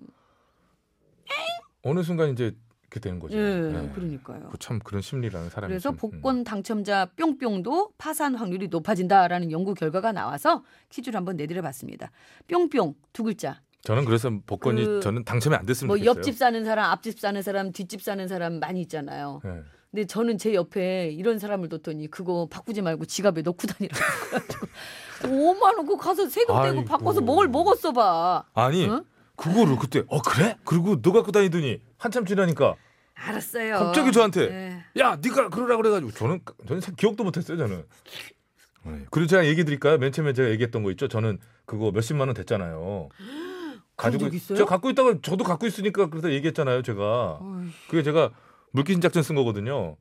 A: 어느 순간 이제 그렇게 되는 거죠.
B: 예,
A: 예.
B: 그러니까요.
A: 그참 그런 심리라는 사람이
B: 그래서
A: 참, 음.
B: 복권 당첨자 뿅뿅도 파산 확률이 높아진다라는 연구 결과가 나와서 퀴즈를 한번 내드려봤습니다. 뿅뿅 두 글자.
A: 저는 그래서 복권이
B: 그-
A: 저는 당첨이 안 됐으면
B: 뭐
A: 좋겠어요.
B: 옆집 사는 사람, 앞집 사는 사람, 뒷집 사는 사람 많이 있잖아요.
A: 예.
B: 근데 저는 제 옆에 이런 사람을 뒀더니 그거 바꾸지 말고 지갑에 넣고 다니라고 그래가지고 5만 원 그거 가서 세금
A: 아이고.
B: 떼고 바꿔서 뭘 먹었어 봐.
A: 아니
B: 응?
A: 그거를 그때 어 그래? 그리고 너 갖고 다니더니 한참 지나니까
B: 알았어요.
A: 갑자기 저한테
B: 어. 네.
A: 야 네가 그러라 그래가지고 저는 저는 사- 기억도 못했어요 저는. 네. 그리고 제가 얘기 드릴까요? 맨 처음에 제가 얘기했던 거 있죠. 저는 그거 몇십만 원 됐잖아요. 가지고
B: 적 있어요?
A: 제가 갖고 있다가 저도 갖고 있으니까 그래서 얘기했잖아요. 제가 그게 제가 물귀신 작전 쓴 거거든요.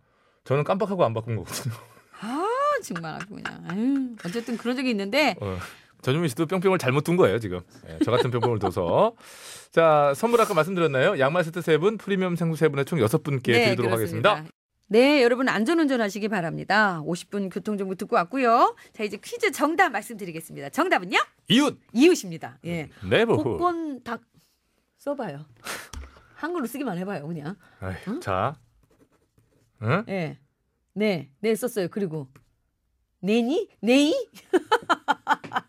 A: 저는 깜빡하고 안 바꾼 거거든요.
B: 아, 정말 아주 그냥. 아유, 어쨌든 그런 적이 있는데
A: 어, 전유민 씨도 뿅뿅을 잘못 둔 거예요 지금. 예, 저 같은 뿅뿅을 둬서 자 선물 아까 말씀드렸나요? 양말 세트 세 분, 프리미엄 생수 세 분에 총 여섯 분께 드리도록
B: 네, 그렇습니다.
A: 하겠습니다.
B: 네, 여러분 안전운전 하시기 바랍니다. 50분 교통정보 듣고 왔고요. 자, 이제 퀴즈 정답 말씀드리겠습니다. 정답은요?
A: 이웃
B: 이웃입니다. 예.
A: 네버후.
B: 복권 닭 써봐요. 한글로 쓰기만 해봐요, 그냥.
A: 아이, 자, 응?
B: 예. 네, 네 썼어요. 그리고 내니? 네이?
A: 맞죠?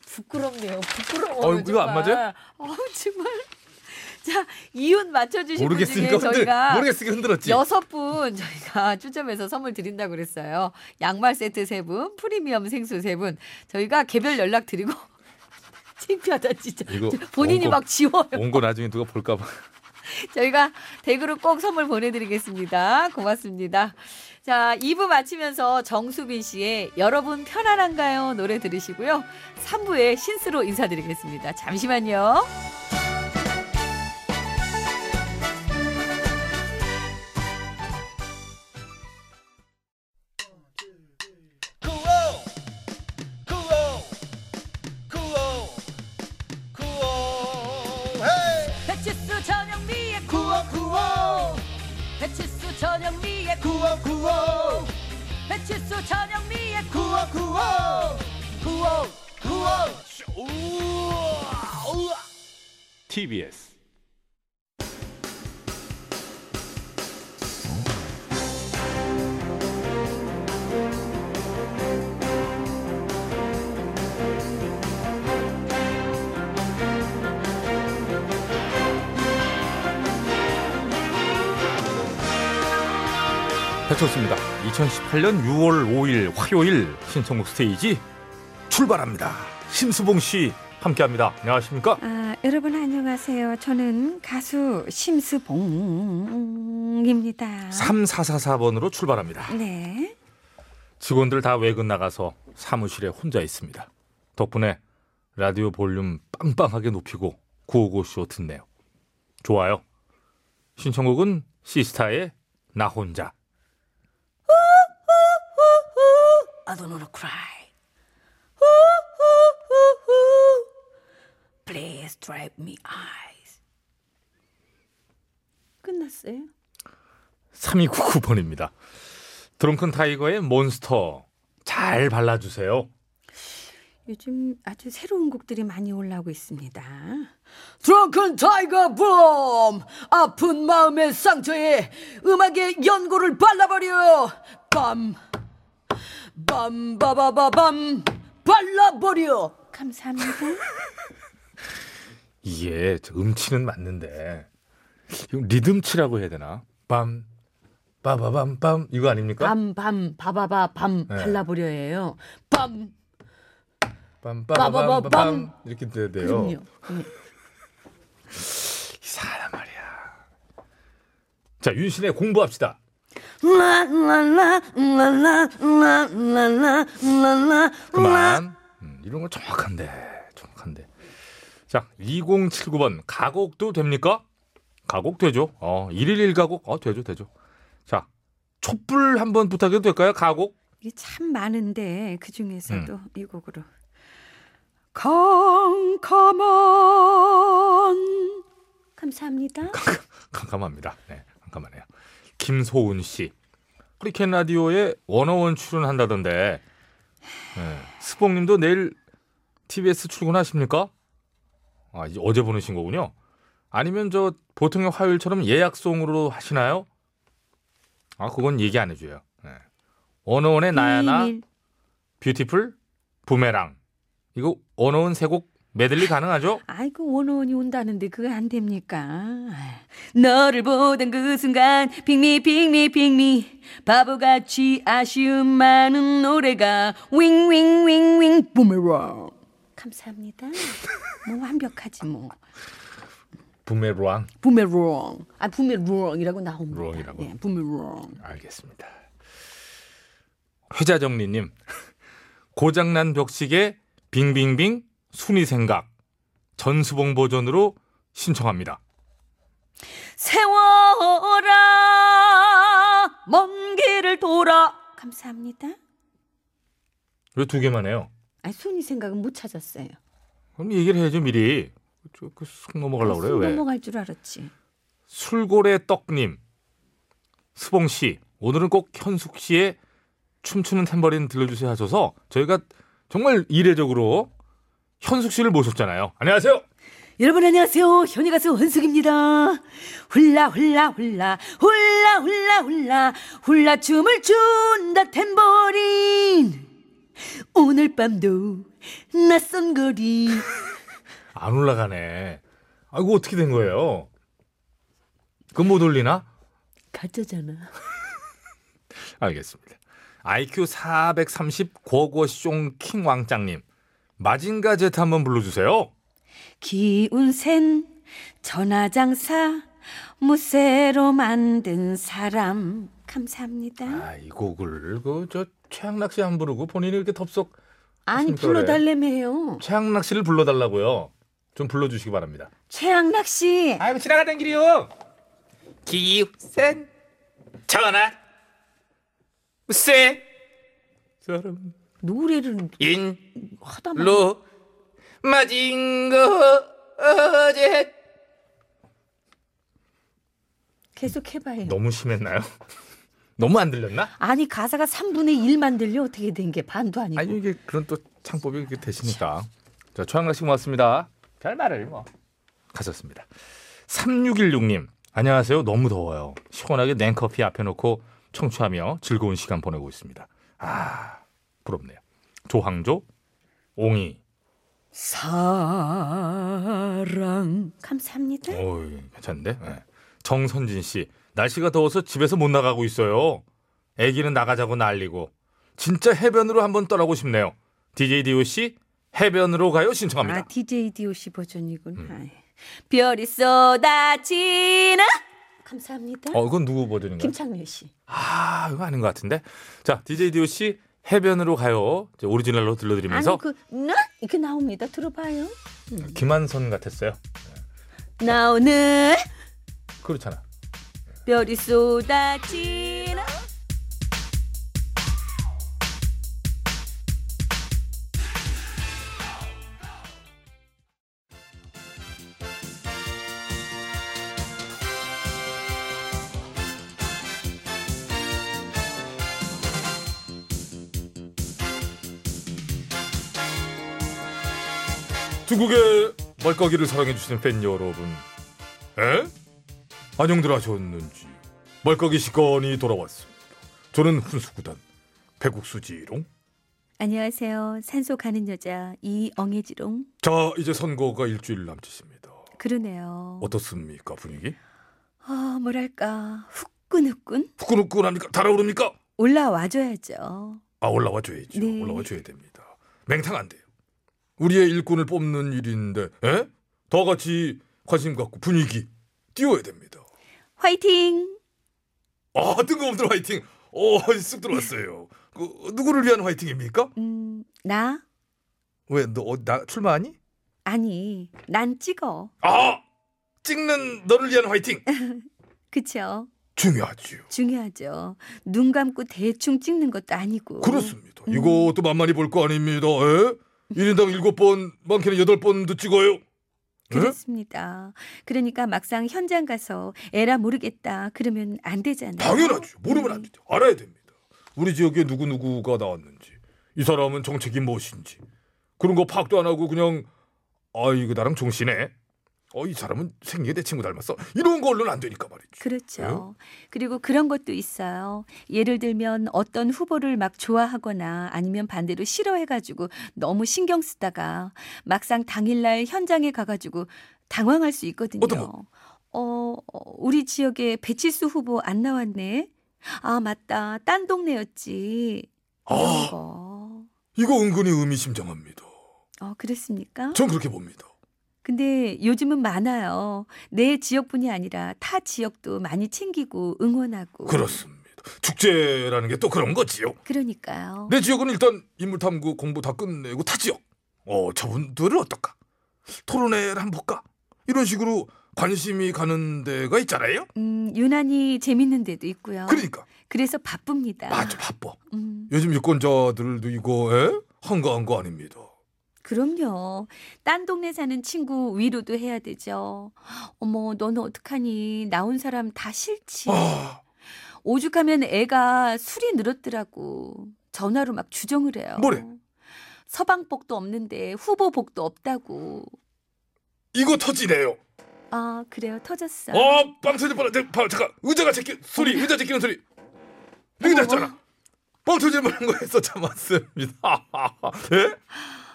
B: 부끄럽네요. 부끄러워.
A: 어, 이거 안
B: 어, 정말. 어우, 정말.
G: 자, 이웃 맞춰주신 분 중에
A: 모르겠으니까 흔들
G: 저희가
A: 모르겠으니까 흔들었지.
G: 여섯 분 저희가 추첨해서 선물 드린다고 그랬어요. 양말 세트 세 분, 프리미엄 생수 세 분. 저희가 개별 연락 드리고 창피하다 진짜.
A: 이거
G: 본인이
A: 원고-
G: 막 지워요.
A: 온 거 나중에 누가 볼까 봐.
G: 저희가 댁으로 꼭 선물 보내드리겠습니다. 고맙습니다. 자, 2부 마치면서 정수빈 씨의 여러분 편안한가요? 노래 들으시고요. 3부에 신스로 인사드리겠습니다. 잠시만요. 배치수 전영미의 구호 구호. 배치수 전영미의 구호 구호. 배치수 전영미의 구호 구호.
H: TBS
A: 배쳤습니다. 2018년 6월 5일 화요일 신청곡 스테이지 출발합니다. 심수봉 씨 함께합니다. 안녕하십니까?
I: 아, 여러분 안녕하세요. 저는 가수 심수봉입니다.
A: 3444번으로 출발합니다.
I: 네.
A: 직원들 다 외근 나가서 사무실에 혼자 있습니다. 덕분에 라디오 볼륨 빵빵하게 높이고 구호고쇼 듣네요. 좋아요. 신청곡은 시스타의 나 혼자.
B: I don't wanna cry. Please drive me eyes.
G: 끝났어요?
A: 3299번입니다. 드렁큰 타이거의 몬스터 잘 발라주세요.
I: 요즘 아주 새로운 곡들이 많이 올라오고 있습니다.
B: 드렁큰 타이거 브롬 아픈 마음의 상처에 음악의 연고를 발라버려 빰 빰바바바밤 발라버려
I: 감사합니다.
A: 이게 저 음치는 맞는데 이거 리듬치라고 해야 되나? 빰 빠바밤 빰 이거 아닙니까?
B: 빰밤 바바바밤
A: 네.
B: 발라버려예요 빰
A: 빰
B: 빠바밤,
A: 빠바밤 이렇게 돼야 돼요.
B: 그럼요 네.
A: 이상하단 말이야. 자, 윤신의 공부합시다. 그만. 음, 이런 거 정확한데. 정확한데. 자, 2079번. 가곡도 됩니까? 가곡 되죠. 어, 111 가곡. 어, 되죠, 되죠. 자, 촛불 한번 부탁해도 될까요? 가곡.
I: 이게 참 많은데 그 중에서도 이 곡으로 캄캄한 감사합니다.
A: 깜깜합니다. 네, 깜깜하네요. 김소은 씨. 허리케인 라디오에 원어원 출연한다던데. 네. 스봉 님도 내일 TBS 출근하십니까? 아, 이제 어제 보내신 거군요. 아니면 저 보통의 화요일처럼 예약송으로 하시나요? 아, 그건 얘기 안 해줘요. 네. 원어원의 나야나,
I: 비밀.
A: 뷰티풀, 부메랑. 이거 원어원 세 곡 메들리 가능하죠?
I: 아이고 원원이 온다는데 그게 안 됩니까? 너를 보던 그 순간 빅미 빅미 빅미
B: 바보같이 아쉬움 많은 노래가 윙윙윙윙 부메랑
I: 감사합니다. 뭐 완벽하지 뭐.
A: 부메랑.
B: 부메랑 아 부메랑이라고 나옵니다
A: 롱이라고.
B: 네, 부메랑
A: 알겠습니다. 회자정리님 고장난 벽식에 빙빙빙 순위 생각 전수봉 버전으로 신청합니다.
B: 세워라 먼 길을 돌아
I: 감사합니다.
A: 왜 두 개만 해요?
I: 아 순이 생각은 못 찾았어요.
A: 그럼 얘기를 해야죠 미리. 저그쑥 넘어가려고 아, 그래요
I: 아, 쑥
A: 왜?
I: 넘어갈 줄 알았지.
A: 술고래 떡님 수봉 씨 오늘은 꼭 현숙 씨의 춤추는 탬버린 들려주세요 하셔서 저희가 정말 이례적으로 현숙 씨를 모셨잖아요. 안녕하세요.
B: 여러분 안녕하세요 현이 가수 은숙입니다 훌라 훌라 훌라 훌라 훌라 훌라 훌라 춤을 춘다 탬버린 오늘 밤도 낯선 거리
A: 안 올라가네. 아이고 어떻게 아, 된 거예요? 그건 못 올리나?
B: 가짜잖아.
A: 알겠습니다. IQ 430 고고숑 킹 왕짱님 마징가 제트 한번 불러주세요.
B: 기운 센 전화장사 무쇠로 만든 사람 감사합니다.
A: 아, 이 곡을 그저 최양락 씨 안 부르고 본인이 이렇게 덥석
B: 아니
A: 무슨 노래?
B: 불러달래매요.
A: 최양락 씨를 불러달라고요. 좀 불러주시기 바랍니다.
B: 최양락 씨.
C: 아이고 지나가던 길이요. 기센 전화 쇠
A: 사람
B: 노래를
C: 인
B: 하다만
C: 로 마징거 어제
B: 계속 해봐요.
A: 너무 심했나요? 너무 안 들렸나?
B: 아니 가사가 3분의 1만 들려 어떻게 된 게 반도 아니고 아, 그렇죠.
A: 아니 이게 그런 또 창법이 이렇게 되시니까 자 최양락 씨 고맙습니다. 별말을 뭐 가셨습니다. 3616님 안녕하세요. 너무 더워요. 시원하게 냉커피 앞에 놓고 청취하며 즐거운 시간 보내고 있습니다. 아 부럽네요. 조항조 옹이
J: 사랑
B: 감사합니다. 아,
A: 오 괜찮은데 예. 정선진 씨 날씨가 더워서 집에서 못 나가고 있어요. 아기는 나가자고 난리고 진짜 해변으로 한번 떠나고 싶네요. DJ 디오 씨 해변으로 가요 신청합니다. 음.
B: 아 DJ DOC 버전이군. 아이. 별이 쏟아지나 감사합니다.
A: 어, 이건 누구 버전인가요?
B: 김창렬 씨.
A: 아, 이거 아닌 것 같은데. 자, DJ DOC 해변으로 가요. 이제 오리지널로 들려드리면서
B: 아니 그- 그나 이렇게 나옵니다. 들어봐요.
A: 김한선 같았어요.
B: 나 오늘
A: 그렇잖아.
B: 별이 쏟아지나
A: 중국의 말까기를 사랑해주시는 팬 여러분. 에? 안녕들 하셨는지. 말까기 시간이 돌아왔습니다. 저는 훈수구단 배국수지롱.
B: 안녕하세요. 산소 가는 여자 이엉애지롱
A: 자, 이제 선거가 일주일 남짓입니다.
B: 그러네요.
A: 어떻습니까, 분위기?
B: 아 뭐랄까 후끈후끈
A: 후끈후끈합니까? 달아오릅니까?
B: 올라와줘야죠.
A: 아 올라와줘야죠.
B: 네.
A: 올라와줘야 됩니다. 맹탕 안 돼요. 우리의 일꾼을 뽑는 일인데 에? 다 같이 관심 갖고 분위기 띄워야 됩니다.
B: 화이팅.
A: 아 뜬금없는 화이팅. 어쑥 들어왔어요. 그, 누구를 위한 화이팅입니까?
B: 음나
A: 왜너나 출마하니?
B: 아니 난 찍어.
A: 아 찍는 너를 위한 화이팅
B: 그쵸?
A: 중요하죠.
C: 음.
B: 중요하죠. 눈 감고 대충 찍는 것도 아니고.
A: 그렇습니다.
C: 음.
A: 이것도 만만히 볼 거 아닙니다. 에? 1인당 7번, 많게는 8번도 찍어요. 에?
B: 습니다 그러니까 막상 현장 가서 에라 모르겠다 그러면 안 되잖아요.
A: 당연하죠.
C: 음.
A: 모르면 안 되죠. 알아야 됩니다. 우리 지역에 누구 누구가 나왔는지, 이 사람은 정책이 무엇인지 그런 거 파악도 안 하고 그냥 아 이거 나랑 종신해. 어 이 사람은 생리에 내 친구 닮았어. 이런 걸로는 안 되니까 말이죠.
B: 그렇죠. 그리고 그런 것도 있어요. 예를 들면 어떤 후보를 막 좋아하거나 아니면 반대로 싫어해가지고 너무 신경 쓰다가 막상 당일날 현장에 가가지고 당황할 수 있거든요.
A: 어떤 거?
B: 어, 어, 우리 지역에 배칠수 후보 안 나왔네. 아, 맞다. 딴 동네였지. 이런
A: 아
B: 거.
A: 이거 은근히 의미심장합니다.
B: 어, 그랬습니까?
A: 전 그렇게 봅니다.
B: 근데 요즘은 많아요. 내 지역뿐이 아니라 타 지역도 많이 챙기고 응원하고.
A: 그렇습니다. 축제라는 게 또 그런 거지요.
B: 그러니까요.
A: 내 지역은 일단 인물 탐구 공부 다 끝내고 타 지역. 어 저분들은 어떨까? 토론회를 한번 볼까? 이런 식으로 관심이 가는 데가 있잖아요.
B: 음, 유난히 재밌는 데도 있고요.
A: 그러니까
B: 래서 바쁩니다.
A: 맞아 바빠.
B: 음,
A: 요즘 유권자들도 이거 에? 한가한 거 아닙니다.
B: 그럼요. 딴 동네 사는 친구 위로도 해야 되죠. 어머, 너는 어떡하니? 나온 사람 다 싫지.
A: 아,
B: 오죽하면 애가 술이 늘었더라고. 전화로 막 주정을 해요.
A: 뭐래?
B: 서방복도 없는데 후보복도 없다고.
A: 이거 터지네요.
B: 아, 그래요. 터졌어.
A: 어, 빵 터질 뻔. 잠깐 의자가 제끼 소리, 의자 제끼는 소리. 이거 났잖아. 빵 터질 뻔한 거에서 참았습니다. 예?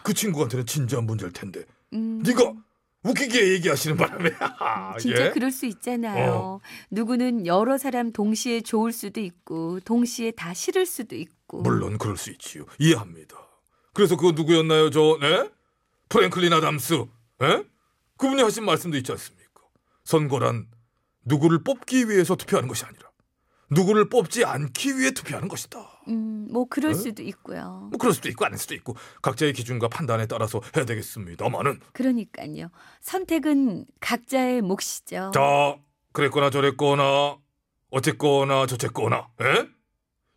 A: 그 친구한테는 진지한 문제일 텐데
B: 음.
A: 네가 웃기게 얘기하시는 바람에
I: 진짜
A: 예? 어.
I: 그럴 수 있잖아요. 누구는 여러 사람 동시에 좋을 수도 있고 동시에 다 싫을 수도 있고.
A: 물론 그럴 수 있지요. 이해합니다. 그래서 그거 누구였나요? 저 네? 프랭클린 아담스. 예? 그분이 하신 말씀도 있지 않습니까? 선거란 누구를 뽑기 위해서 투표하는 것이 아니라 누구를 뽑지 않기 위해 투표하는 것이다.
I: 음, 뭐 그럴
A: 에?
I: 수도 있고요.
A: 뭐 그럴 수도 있고 아닐 수도 있고 각자의 기준과 판단에 따라서 해야 되겠습니다만은
I: 그러니까요. 선택은 각자의 몫이죠.
A: 자 그랬거나 저랬거나 어쨌거나 저쨌거나 예?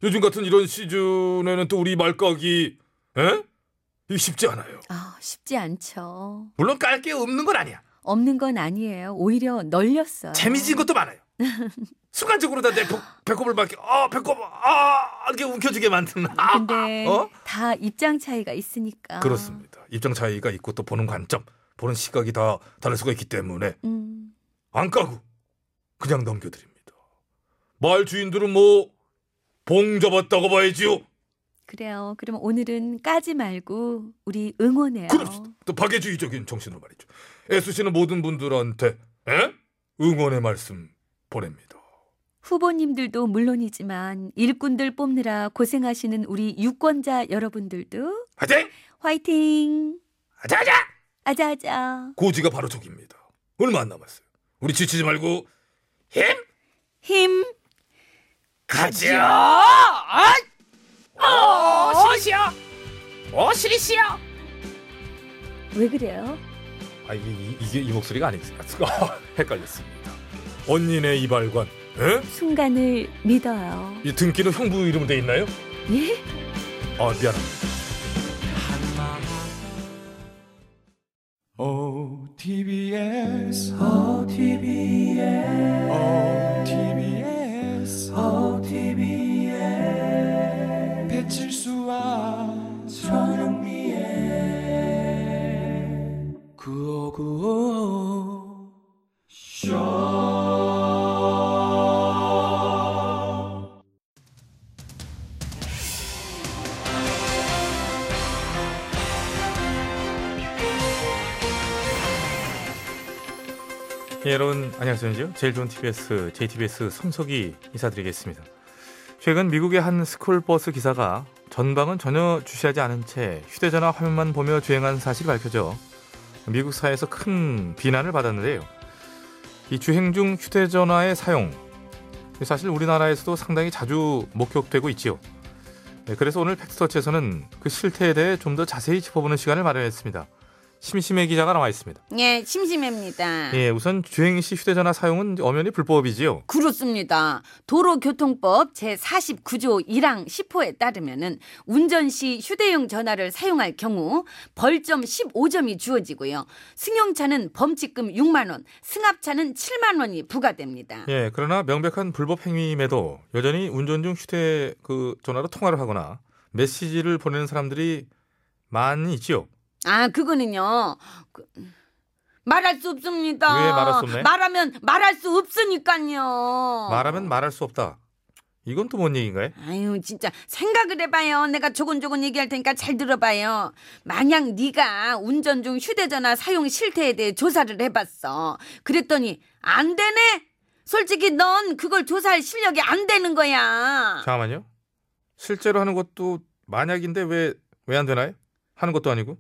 A: 요즘 같은 이런 시즌에는 또 우리 말까기 예? 이게 쉽지 않아요.
I: 아, 쉽지 않죠.
C: 물론 깔 게 없는 건 아니야.
I: 없는 건 아니에요. 오히려 널렸어요.
C: 재미진 것도 많아요. 순간적으로 다 내 배꼽을 막, 이렇게, 아, 배꼽, 아, 이렇게 움켜쥐게 만드는. 아,
I: 근데
A: 어?
I: 다 입장 차이가 있으니까.
A: 그렇습니다. 입장 차이가 있고 또 보는 관점, 보는 시각이 다 다를 수가 있기 때문에
I: 음,
A: 안 까고 그냥 넘겨드립니다. 말 주인들은 뭐 봉잡았다고
C: 네.
A: 봐야지요.
I: 그래요. 그럼 오늘은 까지 말고 우리 응원해요.
A: 그럽시다. 또 박애주의적인 정신으로 말이죠. 애쓰시는 모든 분들한테 에? 응원의 말씀 보냅니다.
I: 후보님들도 물론이지만 일꾼들 뽑느라 고생하시는 우리 유권자 여러분들도
A: 하여튼
I: 화이팅!
A: 자자
I: 아자아자!
A: 고지가 바로 저기입니다. 얼마 안 남았어요. 우리 지치지 말고 힘
I: 힘!
C: 가자!
A: 아,
C: 어, 시리시여! 어, 시리시여!
I: 왜 그래요?
A: 아 이게 이, 이게 이 목소리가 아니겠습니까? 헷갈렸습니다. 언니네 이발관. 에?
I: 순간을 믿어요.
A: 이 등기는 형부 이름으로 돼 있나요?
I: 예?
A: 아 미안합니다.
D: OTBS, OTBS, OTBS, OTBS. 배칠수와 저녁미에 구호구호.
A: 예, 여러분 안녕하세요. 제일 좋은 TBS JTBS 손석희 인사드리겠습니다. 최근 미국의 한 스쿨버스 기사가 전방은 전혀 주시하지 않은 채 휴대전화 화면만 보며 주행한 사실이 밝혀져 미국 사회에서 큰 비난을 받았는데요. 이 주행 중 휴대전화의 사용 사실 우리나라에서도 상당히 자주 목격되고 있지요. 네, 그래서 오늘 팩스터치에서는 그 실태에 대해 좀 더 자세히 짚어보는 시간을 마련했습니다. 심심해 기자가 나와 있습니다.
B: 예, 심심합니다.
A: 예, 우선 주행 시 휴대전화 사용은 엄연히 불법이지요.
B: 그렇습니다. 도로교통법 제49조 1항 10호에 따르면은 운전 시 휴대용 전화를 사용할 경우 벌점 15점이 주어지고요. 승용차는 범칙금 6만 원, 승합차는 7만 원이 부과됩니다.
A: 예, 그러나 명백한 불법 행위임에도 여전히 운전 중 휴대 그 전화로 통화를 하거나 메시지를 보내는 사람들이 많이 있지요.
B: 아, 그거는요. 그, 말할 수 없습니다.
A: 왜 말할 수 없네?
B: 말하면 말할 수 없으니까요.
A: 말하면 말할 수 없다. 이건 또 뭔 얘기인가요?
B: 아유 진짜 생각을 해봐요. 내가 조곤조곤 얘기할 테니까 잘 들어봐요. 만약 네가 운전 중 휴대전화 사용 실태에 대해 조사를 해봤어. 그랬더니 안 되네. 솔직히 넌 그걸 조사할 실력이 안 되는 거야.
A: 잠깐만요. 실제로 하는 것도 만약인데 왜 왜 안 되나요? 하는 것도 아니고.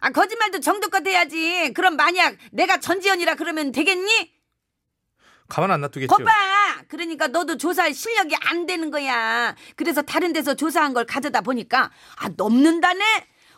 B: 아 거짓말도 정도껏 해야지. 그럼 만약 내가 전지현이라 그러면 되겠니?
A: 가만 안 놔두겠죠.
B: 거봐.
A: 그렇죠.
B: 그러니까 너도 조사할 실력이 안 되는 거야. 그래서 다른 데서 조사한 걸 가져다 보니까 아 넘는다네.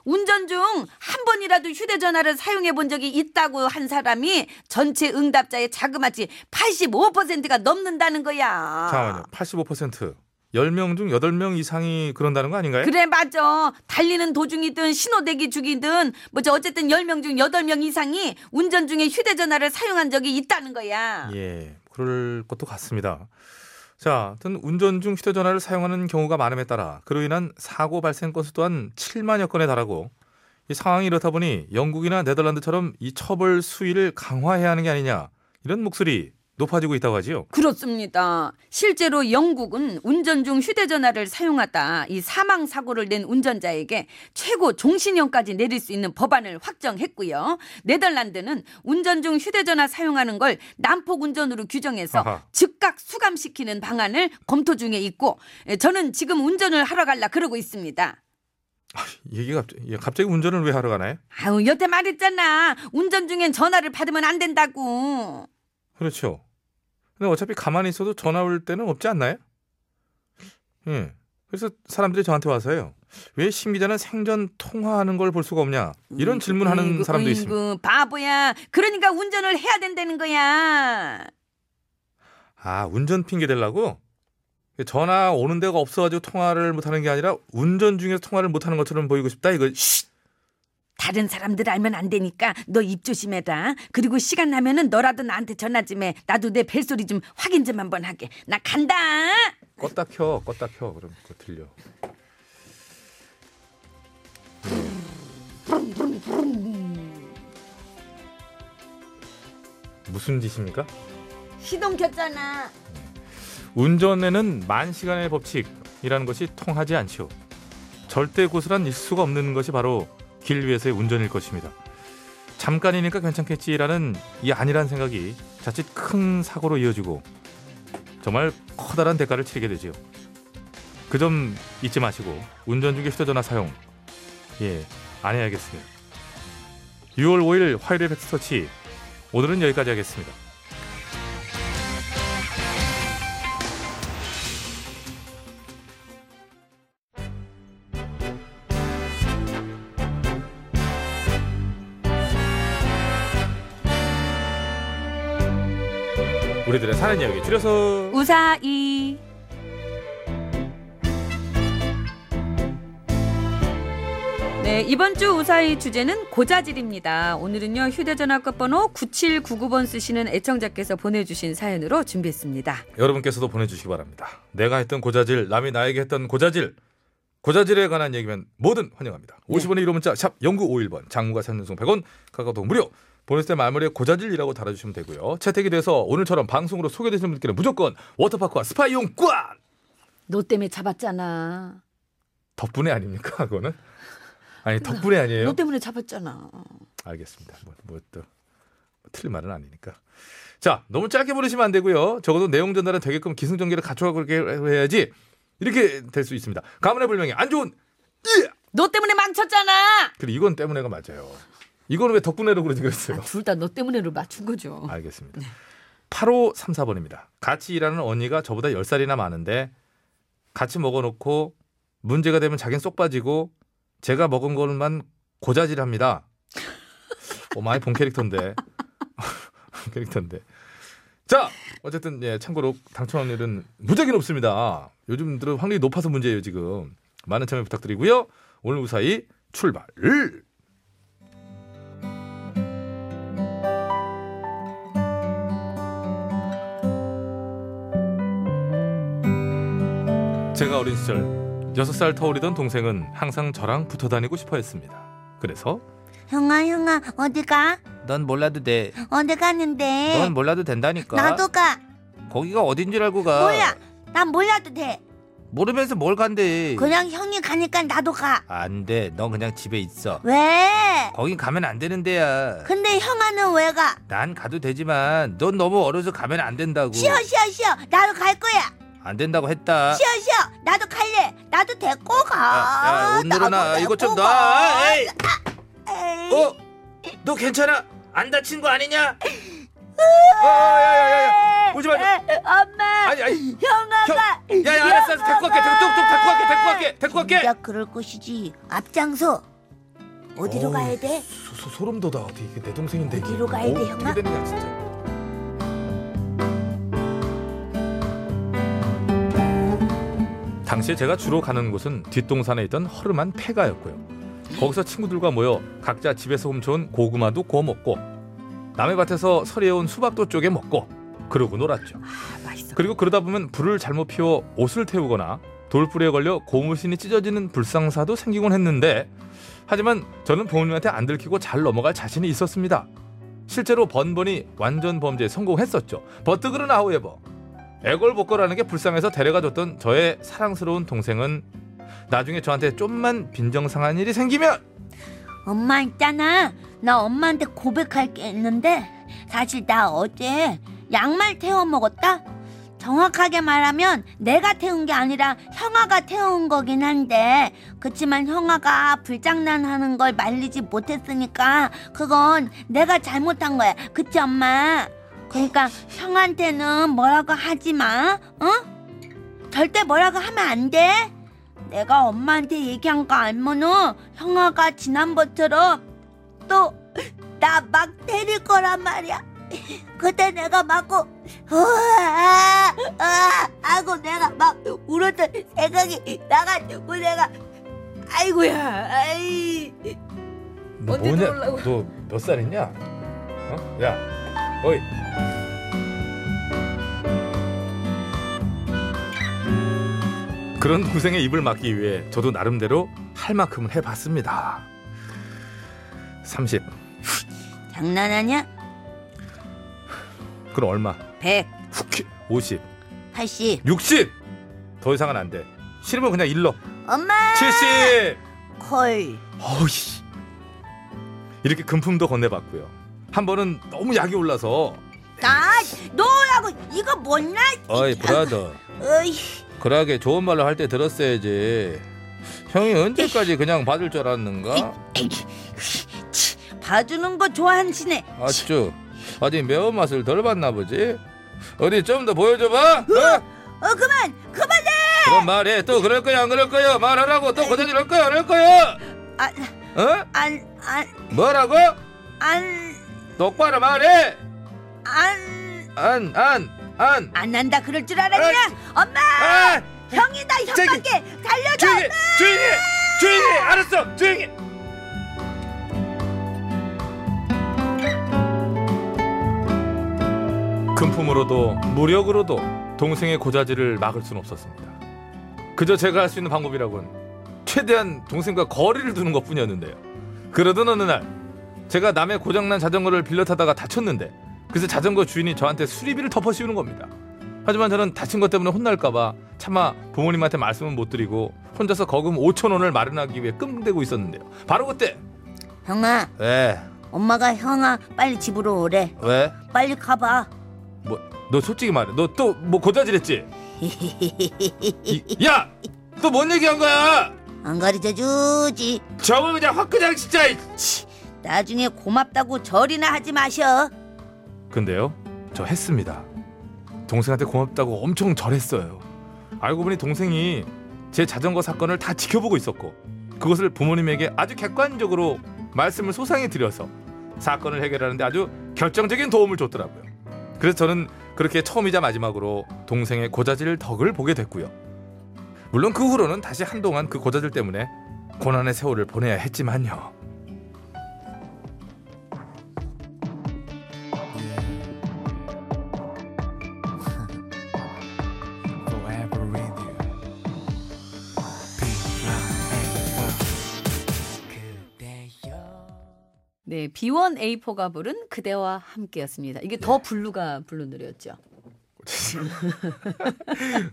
B: 운전 중 한 번이라도 휴대전화를 사용해 본 적이 있다고 한 사람이 전체 응답자의 자그마치 85%가 넘는다는 거야.
A: 잠깐만요. 85% 10명 중 8명 이상이 그런다는 거 아닌가요?
B: 그래 맞아. 달리는 도중이든 신호대기 중이든 뭐저 어쨌든 10명 중 8명 이상이 운전 중에 휴대전화를 사용한 적이 있다는 거야.
A: 예, 그럴 것도 같습니다. 자, 하여튼 운전 중 휴대전화를 사용하는 경우가 많음에 따라 그로 인한 사고 발생 건수 또한 7만여 건에 달하고 이 상황이 이렇다 보니 영국이나 네덜란드처럼 이 처벌 수위를 강화해야 하는 게 아니냐 이런 목소리 높아지고 있다고 하지요.
B: 그렇습니다. 실제로 영국은 운전 중 휴대전화를 사용하다 이 사망 사고를 낸 운전자에게 최고 종신형까지 내릴 수 있는 법안을 확정했고요. 네덜란드는 운전 중 휴대전화 사용하는 걸 난폭 운전으로 규정해서
A: 아하.
B: 즉각 수감시키는 방안을 검토 중에 있고 예, 저는 지금 운전을 하러 갈라 그러고 있습니다.
A: 얘기 갑자기, 갑자기 운전을 왜 하러 가나요?
B: 아유 여태 말했잖아. 운전 중엔 전화를 받으면 안 된다고.
A: 그렇죠. 근데 어차피 가만히 있어도 전화 올 때는 없지 않나요? 예. 그래서 사람들이 저한테 와서요. 왜 신기자는 생전 통화하는 걸 볼 수가 없냐? 이런 질문하는
B: 음, 어이구,
A: 사람도
B: 그 어이구,
A: 있습니다.
B: 바보야. 그러니까 운전을 해야 된다는 거야.
A: 아, 운전 핑계 대려고? 전화 오는 데가 없어가지고 통화를 못하는 게 아니라 운전 중에서 통화를 못하는 것처럼 보이고 싶다 이거
B: 다른 사람들 알면 안 되니까 너 입 조심해라. 그리고 시간 나면은 너라도 나한테 전화 좀 해. 나도 내 벨소리 좀 확인 좀 한번 하게. 나 간다.
A: 껐다 켜 껐다 켜 그럼 그거 들려 무슨 짓입니까?
B: 시동 켰잖아.
A: 운전에는 만 시간의 법칙이라는 것이 통하지 않죠. 절대 고스란 일수가 없는 것이 바로 길 위에서의 운전일 것입니다. 잠깐이니까 괜찮겠지라는 이 아니란 생각이 자칫 큰 사고로 이어지고 정말 커다란 대가를 치르게 되지요. 그 점 잊지 마시고 운전 중에 휴대전화 사용 예안 해야겠습니다. 6월 5일 화요일 백스터치 오늘은 여기까지 하겠습니다. 우리들의 사는 이야기 줄여서
I: 우사이
G: 네, 이번 주 우사의 주제는 고자질입니다. 오늘은요, 휴대전화 끝번호 9799번 쓰시는 애청자께서 보내주신 사연으로 준비했습니다.
A: 여러분께서도 보내주시기 바랍니다. 내가 했던 고자질, 남이 나에게 했던 고자질, 고자질에 관한 얘기면 뭐든 환영합니다. 50원의 1호 문자 샵 0951번, 장무가 3년송 100원, 카카오톡 무료. 보냈을 때 말머리에 고자질이라고 달아주시면 되고요. 채택이 돼서 오늘처럼 방송으로 소개되시는 분께는 무조건 워터파크와 스파 이용권!
G: 너 때문에 잡았잖아.
A: 덕분에 아닙니까, 그거는? 아니, 덕분에 아니에요?
G: 너 때문에 잡았잖아.
A: 알겠습니다. 뭐, 뭐 또, 뭐 틀린 말은 아니니까. 자, 너무 짧게 보내시면 안 되고요. 적어도 내용 전달은 되게끔 기승전결을 갖춰가고 이렇게 해야지 이렇게 될 수 있습니다. 가문의 불명예 안 좋은
B: 너 때문에 망쳤잖아.
A: 그리고 이건 때문에가 맞아요. 이건 왜 덕분에로 그러지 그랬어요.
G: 둘 다 너 때문에로 맞춘 거죠.
B: 어.
A: 알겠습니다. 8534번입니다. 같이 일하는 언니가 저보다 10살이나 많은데 같이 먹어놓고 문제가 되면 자긴 쏙 빠지고 제가 먹은 것만 고자질합니다. 어, 많이 본 캐릭터인데 캐릭터인데. 자 어쨌든 예, 참고로 당첨률은 무지하게 높습니다. 요즘 들어 확률이 높아서 문제예요 지금. 많은 참여 부탁드리고요. 오늘 우사히 출발. 제가 어린 시절 6살 터울이던 동생은 항상 저랑 붙어 다니고 싶어 했습니다. 그래서
K: 형아 형아 어디 가?
C: 넌 몰라도 돼.
A: 음.
K: 어디 가는데?
C: 넌 몰라도 된다니까.
K: 나도 가.
C: 거기가 어딘 줄 알고 가.
K: 몰라. 난 몰라도 돼.
C: 모르면서 뭘 간대.
K: 그냥 형이 가니까 나도 가.
C: 안 돼. 넌 그냥 집에 있어.
K: 왜?
C: 거긴 가면 안 되는 데야.
K: 근데 형아는 왜 가?
C: 난 가도 되지만 넌 너무 어려서 가면 안 된다고.
K: 쉬어 쉬어 쉬어. 나도 갈 거야.
C: 안 된다고 했다.
K: 쉬어 쉬어. 나도 갈래. 나도 데리고 가.
C: 아, 야, 야, 오늘은
K: 나도
C: 나 이것 좀
K: 데리고
C: 놔.
K: 가.
C: 에이.
K: 에이.
C: 어? 너 괜찮아? 안 다친 거 아니냐? 아, 야야야야. 오지 말고.
K: 에, 엄마.
C: 아니 아니.
K: 형아가.
C: 야야 알았어. 알았어. 데리고 갈게. 데리고 뚝뚝 데리고 갈게. 데리고 갈게. 데리고 갈게.
K: 진짜 그럴 것이지. 앞장서. 어디로
A: 어우,
K: 가야 돼?
A: 소, 소, 소름 돋아. 어디 이게 내 동생인데. 이게.
K: 어디로 가야
A: 어,
D: 네,
K: 돼,
A: 어떻게
K: 형아?
A: 되느냐 진짜. 당시에 제가 주로 가는 곳은 뒷동산에 있던 허름한 폐가였고요. 거기서 친구들과 모여 각자 집에서 훔쳐온 고구마도 구워 먹고 남의 밭에서 서리해온 수박도 쪼개 먹고 그러고 놀았죠.
G: 아, 맛있어.
A: 그리고 그러다 보면 불을 잘못 피워 옷을 태우거나 돌불에 걸려 고무신이 찢어지는 불상사도 생기곤 했는데 하지만 저는 부모님한테 안 들키고 잘 넘어갈 자신이 있었습니다. 실제로 번번이 완전 범죄에 성공했었죠. 버트그른 아우에버 애걸복걸하는 게 불쌍해서 데려가줬던 저의 사랑스러운 동생은 나중에 저한테 좀만 빈정상한 일이 생기면
K: 엄마 있잖아. 나 엄마한테 고백할 게 있는데 사실 나 어제 양말 태워 먹었다. 정확하게 말하면 내가 태운 게 아니라 형아가 태운 거긴 한데 그치만 형아가 불장난하는 걸 말리지 못했으니까 그건 내가 잘못한 거야. 그치 엄마? 그러니까 형한테는 뭐라고 하지 마. 어? 절대 뭐라고 하면 안 돼. 내가 엄마한테 얘기한 거 알면은 형아가 지난번처럼 또 나 막 때릴 거란 말이야. 그때 내가 맞고 으아 으아 하고 내가 막 울었던 생각이 나가지고 내가 아이고야 아이
A: 너
K: 언제
A: 뭐냐?
K: 들어오려고.
A: 너 몇 살이냐? 어? 야, 어이. 그런 동생의 입을 막기 위해 저도 나름대로 할 만큼은 해봤습니다. 30.
K: 장난하냐?
A: 그럼 얼마?
K: 100
A: 50.
K: 80
A: 60. 더 이상은 안 돼. 싫으면 그냥 일러.
K: 엄마
A: 70.
K: 콜
A: 어이씨. 이렇게 금품도 건네봤고요. 한 번은 너무 약이 올라서
K: 나 너라고 이거 못나
A: 어이 브라더
K: 어이
A: 그러게 좋은 말로 할 때 들었어야지 형이 언제까지 그냥 봐줄 줄 알았는가
K: 봐주는 거 좋아하시네
A: 아쭈 아직 매운맛을 덜 봤나 보지 어디 좀 더 보여줘봐 어?
K: 어 그만 그만해
A: 그럼 말해 또 그럴 거야 안 그럴 거야 말하라고 또 고장 이럴 거야 안 할 거야 어?
K: 안안안안
A: 뭐라고? 똑바로 말해 안 안 안안 아,
K: 안 한다 그럴 줄 알았냐? 엄마! 형이다 형밖에 달려줘!
A: 조용히 조용히 조용히 알았어 조용히 금품으로도 무력으로도 동생의 고자질을 막을 수는 없었습니다. 그저 제가 할 수 있는 방법이라곤 최대한 동생과 거리를 두는 것뿐이었는데요. 그러던 어느 날 제가 남의 고장난 자전거를 빌려 타다가 다쳤는데 그래서 자전거 주인이 저한테 수리비를 덮어씌우는 겁니다. 하지만 저는 다친 것 때문에 혼날까봐 차마 부모님한테 말씀은 못 드리고 혼자서 거금 5천 원을 마련하기 위해 끙대고 있었는데요. 바로 그때
K: 형아
A: 왜
K: 엄마가 형아 빨리 집으로 오래
A: 왜?
K: 빨리 가봐
A: 뭐 너 솔직히 말해 너 또 뭐 고자질했지? 야! 또 뭔 얘기한 거야?
K: 안 가르쳐주지
C: 저거 그냥 확 그냥 진짜
K: 나중에 고맙다고 절이나 하지 마셔
A: 근데요 저 했습니다 동생한테 고맙다고 엄청 절했어요 알고 보니 동생이 제 자전거 사건을 다 지켜보고 있었고 그것을 부모님에게 아주 객관적으로 말씀을 소상히 드려서 사건을 해결하는데 아주 결정적인 도움을 줬더라고요 그래서 저는 그렇게 처음이자 마지막으로 동생의 고자질 덕을 보게 됐고요 물론 그 후로는 다시 한동안 그 고자질 때문에 고난의 세월을 보내야 했지만요
D: forever with you.
G: 네, B1A4가 부른 그대와 함께였습니다. 이게
A: 예.
G: 더 블루가 부른 노래였죠.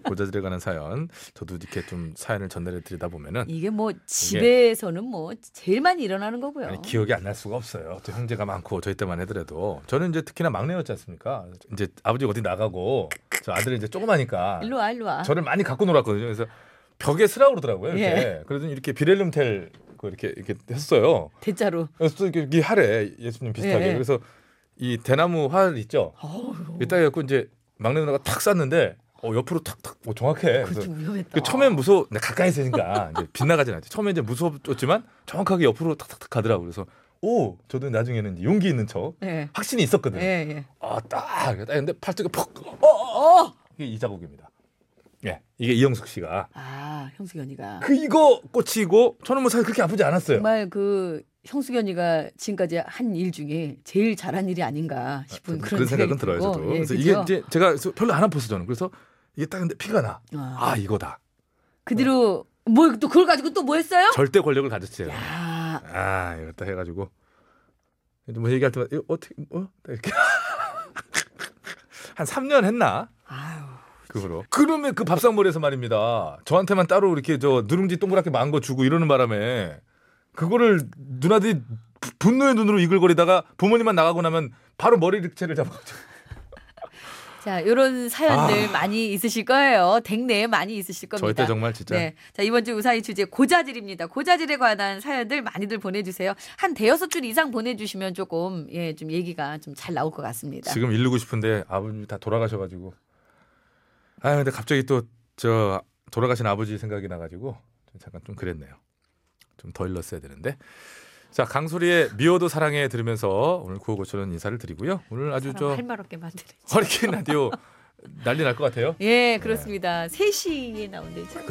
A: 고자질에 관한 사연 저도 이렇게 좀 사연을 전달해 드리다 보면은
G: 이게 뭐 집에서는 뭐 제일 많이 일어나는 거고요.
A: 아니, 기억이 안 날 수가 없어요. 또 형제가 많고 저희 때만 해더라도 저는 이제 특히나 막내였지 않습니까? 이제 아버지 가 어디 나가고 저 아들은 이제 조그마니까
G: 일로 와, 일로 와.
A: 저를 많이 갖고 놀았거든요. 그래서 벽에 쓰라 그러더라고요. 이렇게
G: 예.
A: 그래서 이렇게 비렐름텔 그 이렇게 이렇게 했어요.
G: 대자로.
A: 그래서 또 이렇게 이렇게 하래 예수님 비슷하게
G: 예, 예.
A: 그래서 이 대나무 활 있죠. 이따 해갖고 이제 막내 누나가 탁 쐈는데 어, 옆으로 탁탁 어, 정확해. 그래서
G: 좀 위험했다.
A: 그 처음엔 무서워 근데 가까이서 하니까 이제 빗나가진 않죠. 처음에 이제 무서웠지만 정확하게 옆으로 탁탁탁 가더라고 그래서 오 저도 나중에는 이제 용기 있는 척
G: 예.
A: 확신이 있었거든.
G: 예,
A: 요
G: 예.
A: 아딱 했는데 팔뚝이 퍽. 어,
G: 어!
A: 이게 이 자국입니다. 예 이게 이영숙 씨가
G: 아, 형수견이가.
A: 그 이거 꽂히고 저는 뭐 사실 그렇게 아프지 않았어요.
G: 정말 그 형수견이가 지금까지 한 일 중에 제일 잘한 일이 아닌가 싶은 그런,
A: 그런 생각은
G: 생각이
A: 들어요
G: 들고.
A: 저도.
G: 예,
A: 그래서
G: 그죠?
A: 이게 이제 제가 그래서 별로 안 아팠어 저는. 그래서 이게 딱 근데 피가 나.
G: 아,
A: 아 이거다.
G: 그 뒤로 뭐 또 그걸 가지고 또 뭐 했어요?
A: 절대 권력을 가졌지.
G: 아,
A: 아 이거 딱 해가지고 뭐 얘기할 때마다 이거 어떻게 뭐 이렇게 한 3년 했나? 그거로. 그러면 그 밥상머리에서 말입니다. 저한테만 따로 이렇게 저 누룽지 동그랗게 만 거 주고 이러는 바람에 그거를 누나들이 부- 분노의 눈으로 이글거리다가 부모님만 나가고 나면 바로 머리를 채를 잡아가지고
B: 자, 요런 사연들 많이 있으실 거예요. 댁내에 많이 있으실 겁니다.
A: 아. 저희 때 정말 진짜.
B: 네. 자, 이번 주 우사의 주제 고자질입니다. 고자질에 관한 사연들 많이들 보내 주세요. 한 대여섯 줄 이상 보내 주시면 조금 예, 좀 얘기가 좀 잘 나올 것 같습니다.
A: 지금 이르고 싶은데 아버님이 다 돌아가셔가지고 아 근데 갑자기 또 저 돌아가신 아버지 생각이 나가지고 좀 잠깐 좀 그랬네요. 좀 더 일렀어야 되는데 자 강소리의 미워도 사랑해 들으면서 오늘 구호고초는 인사를 드리고요. 오늘 아주 저
B: 할말 없게 만드네.
A: 허리케인 라디오 난리 날 것 같아요.
B: 예, 그렇습니다. 세시에 나온대죠.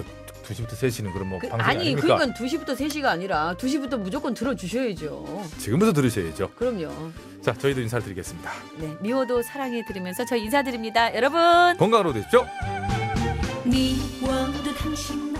A: 2시부터 3시는 그럼 뭐
B: 그-
A: 방송이 아니,
B: 아니,
A: 아닙니까?
B: 그러니까 2시부터 3시가 아니라 2시부터 무조건 들어주셔야죠.
A: 지금부터 들으셔야죠.
B: 그럼요.
A: 자 저희도 인사드리겠습니다.
B: 네, 미워도 사랑해 들으면서 저희 인사드립니다. 여러분!
A: 건강으로 되십시오.
L: 미워도 당신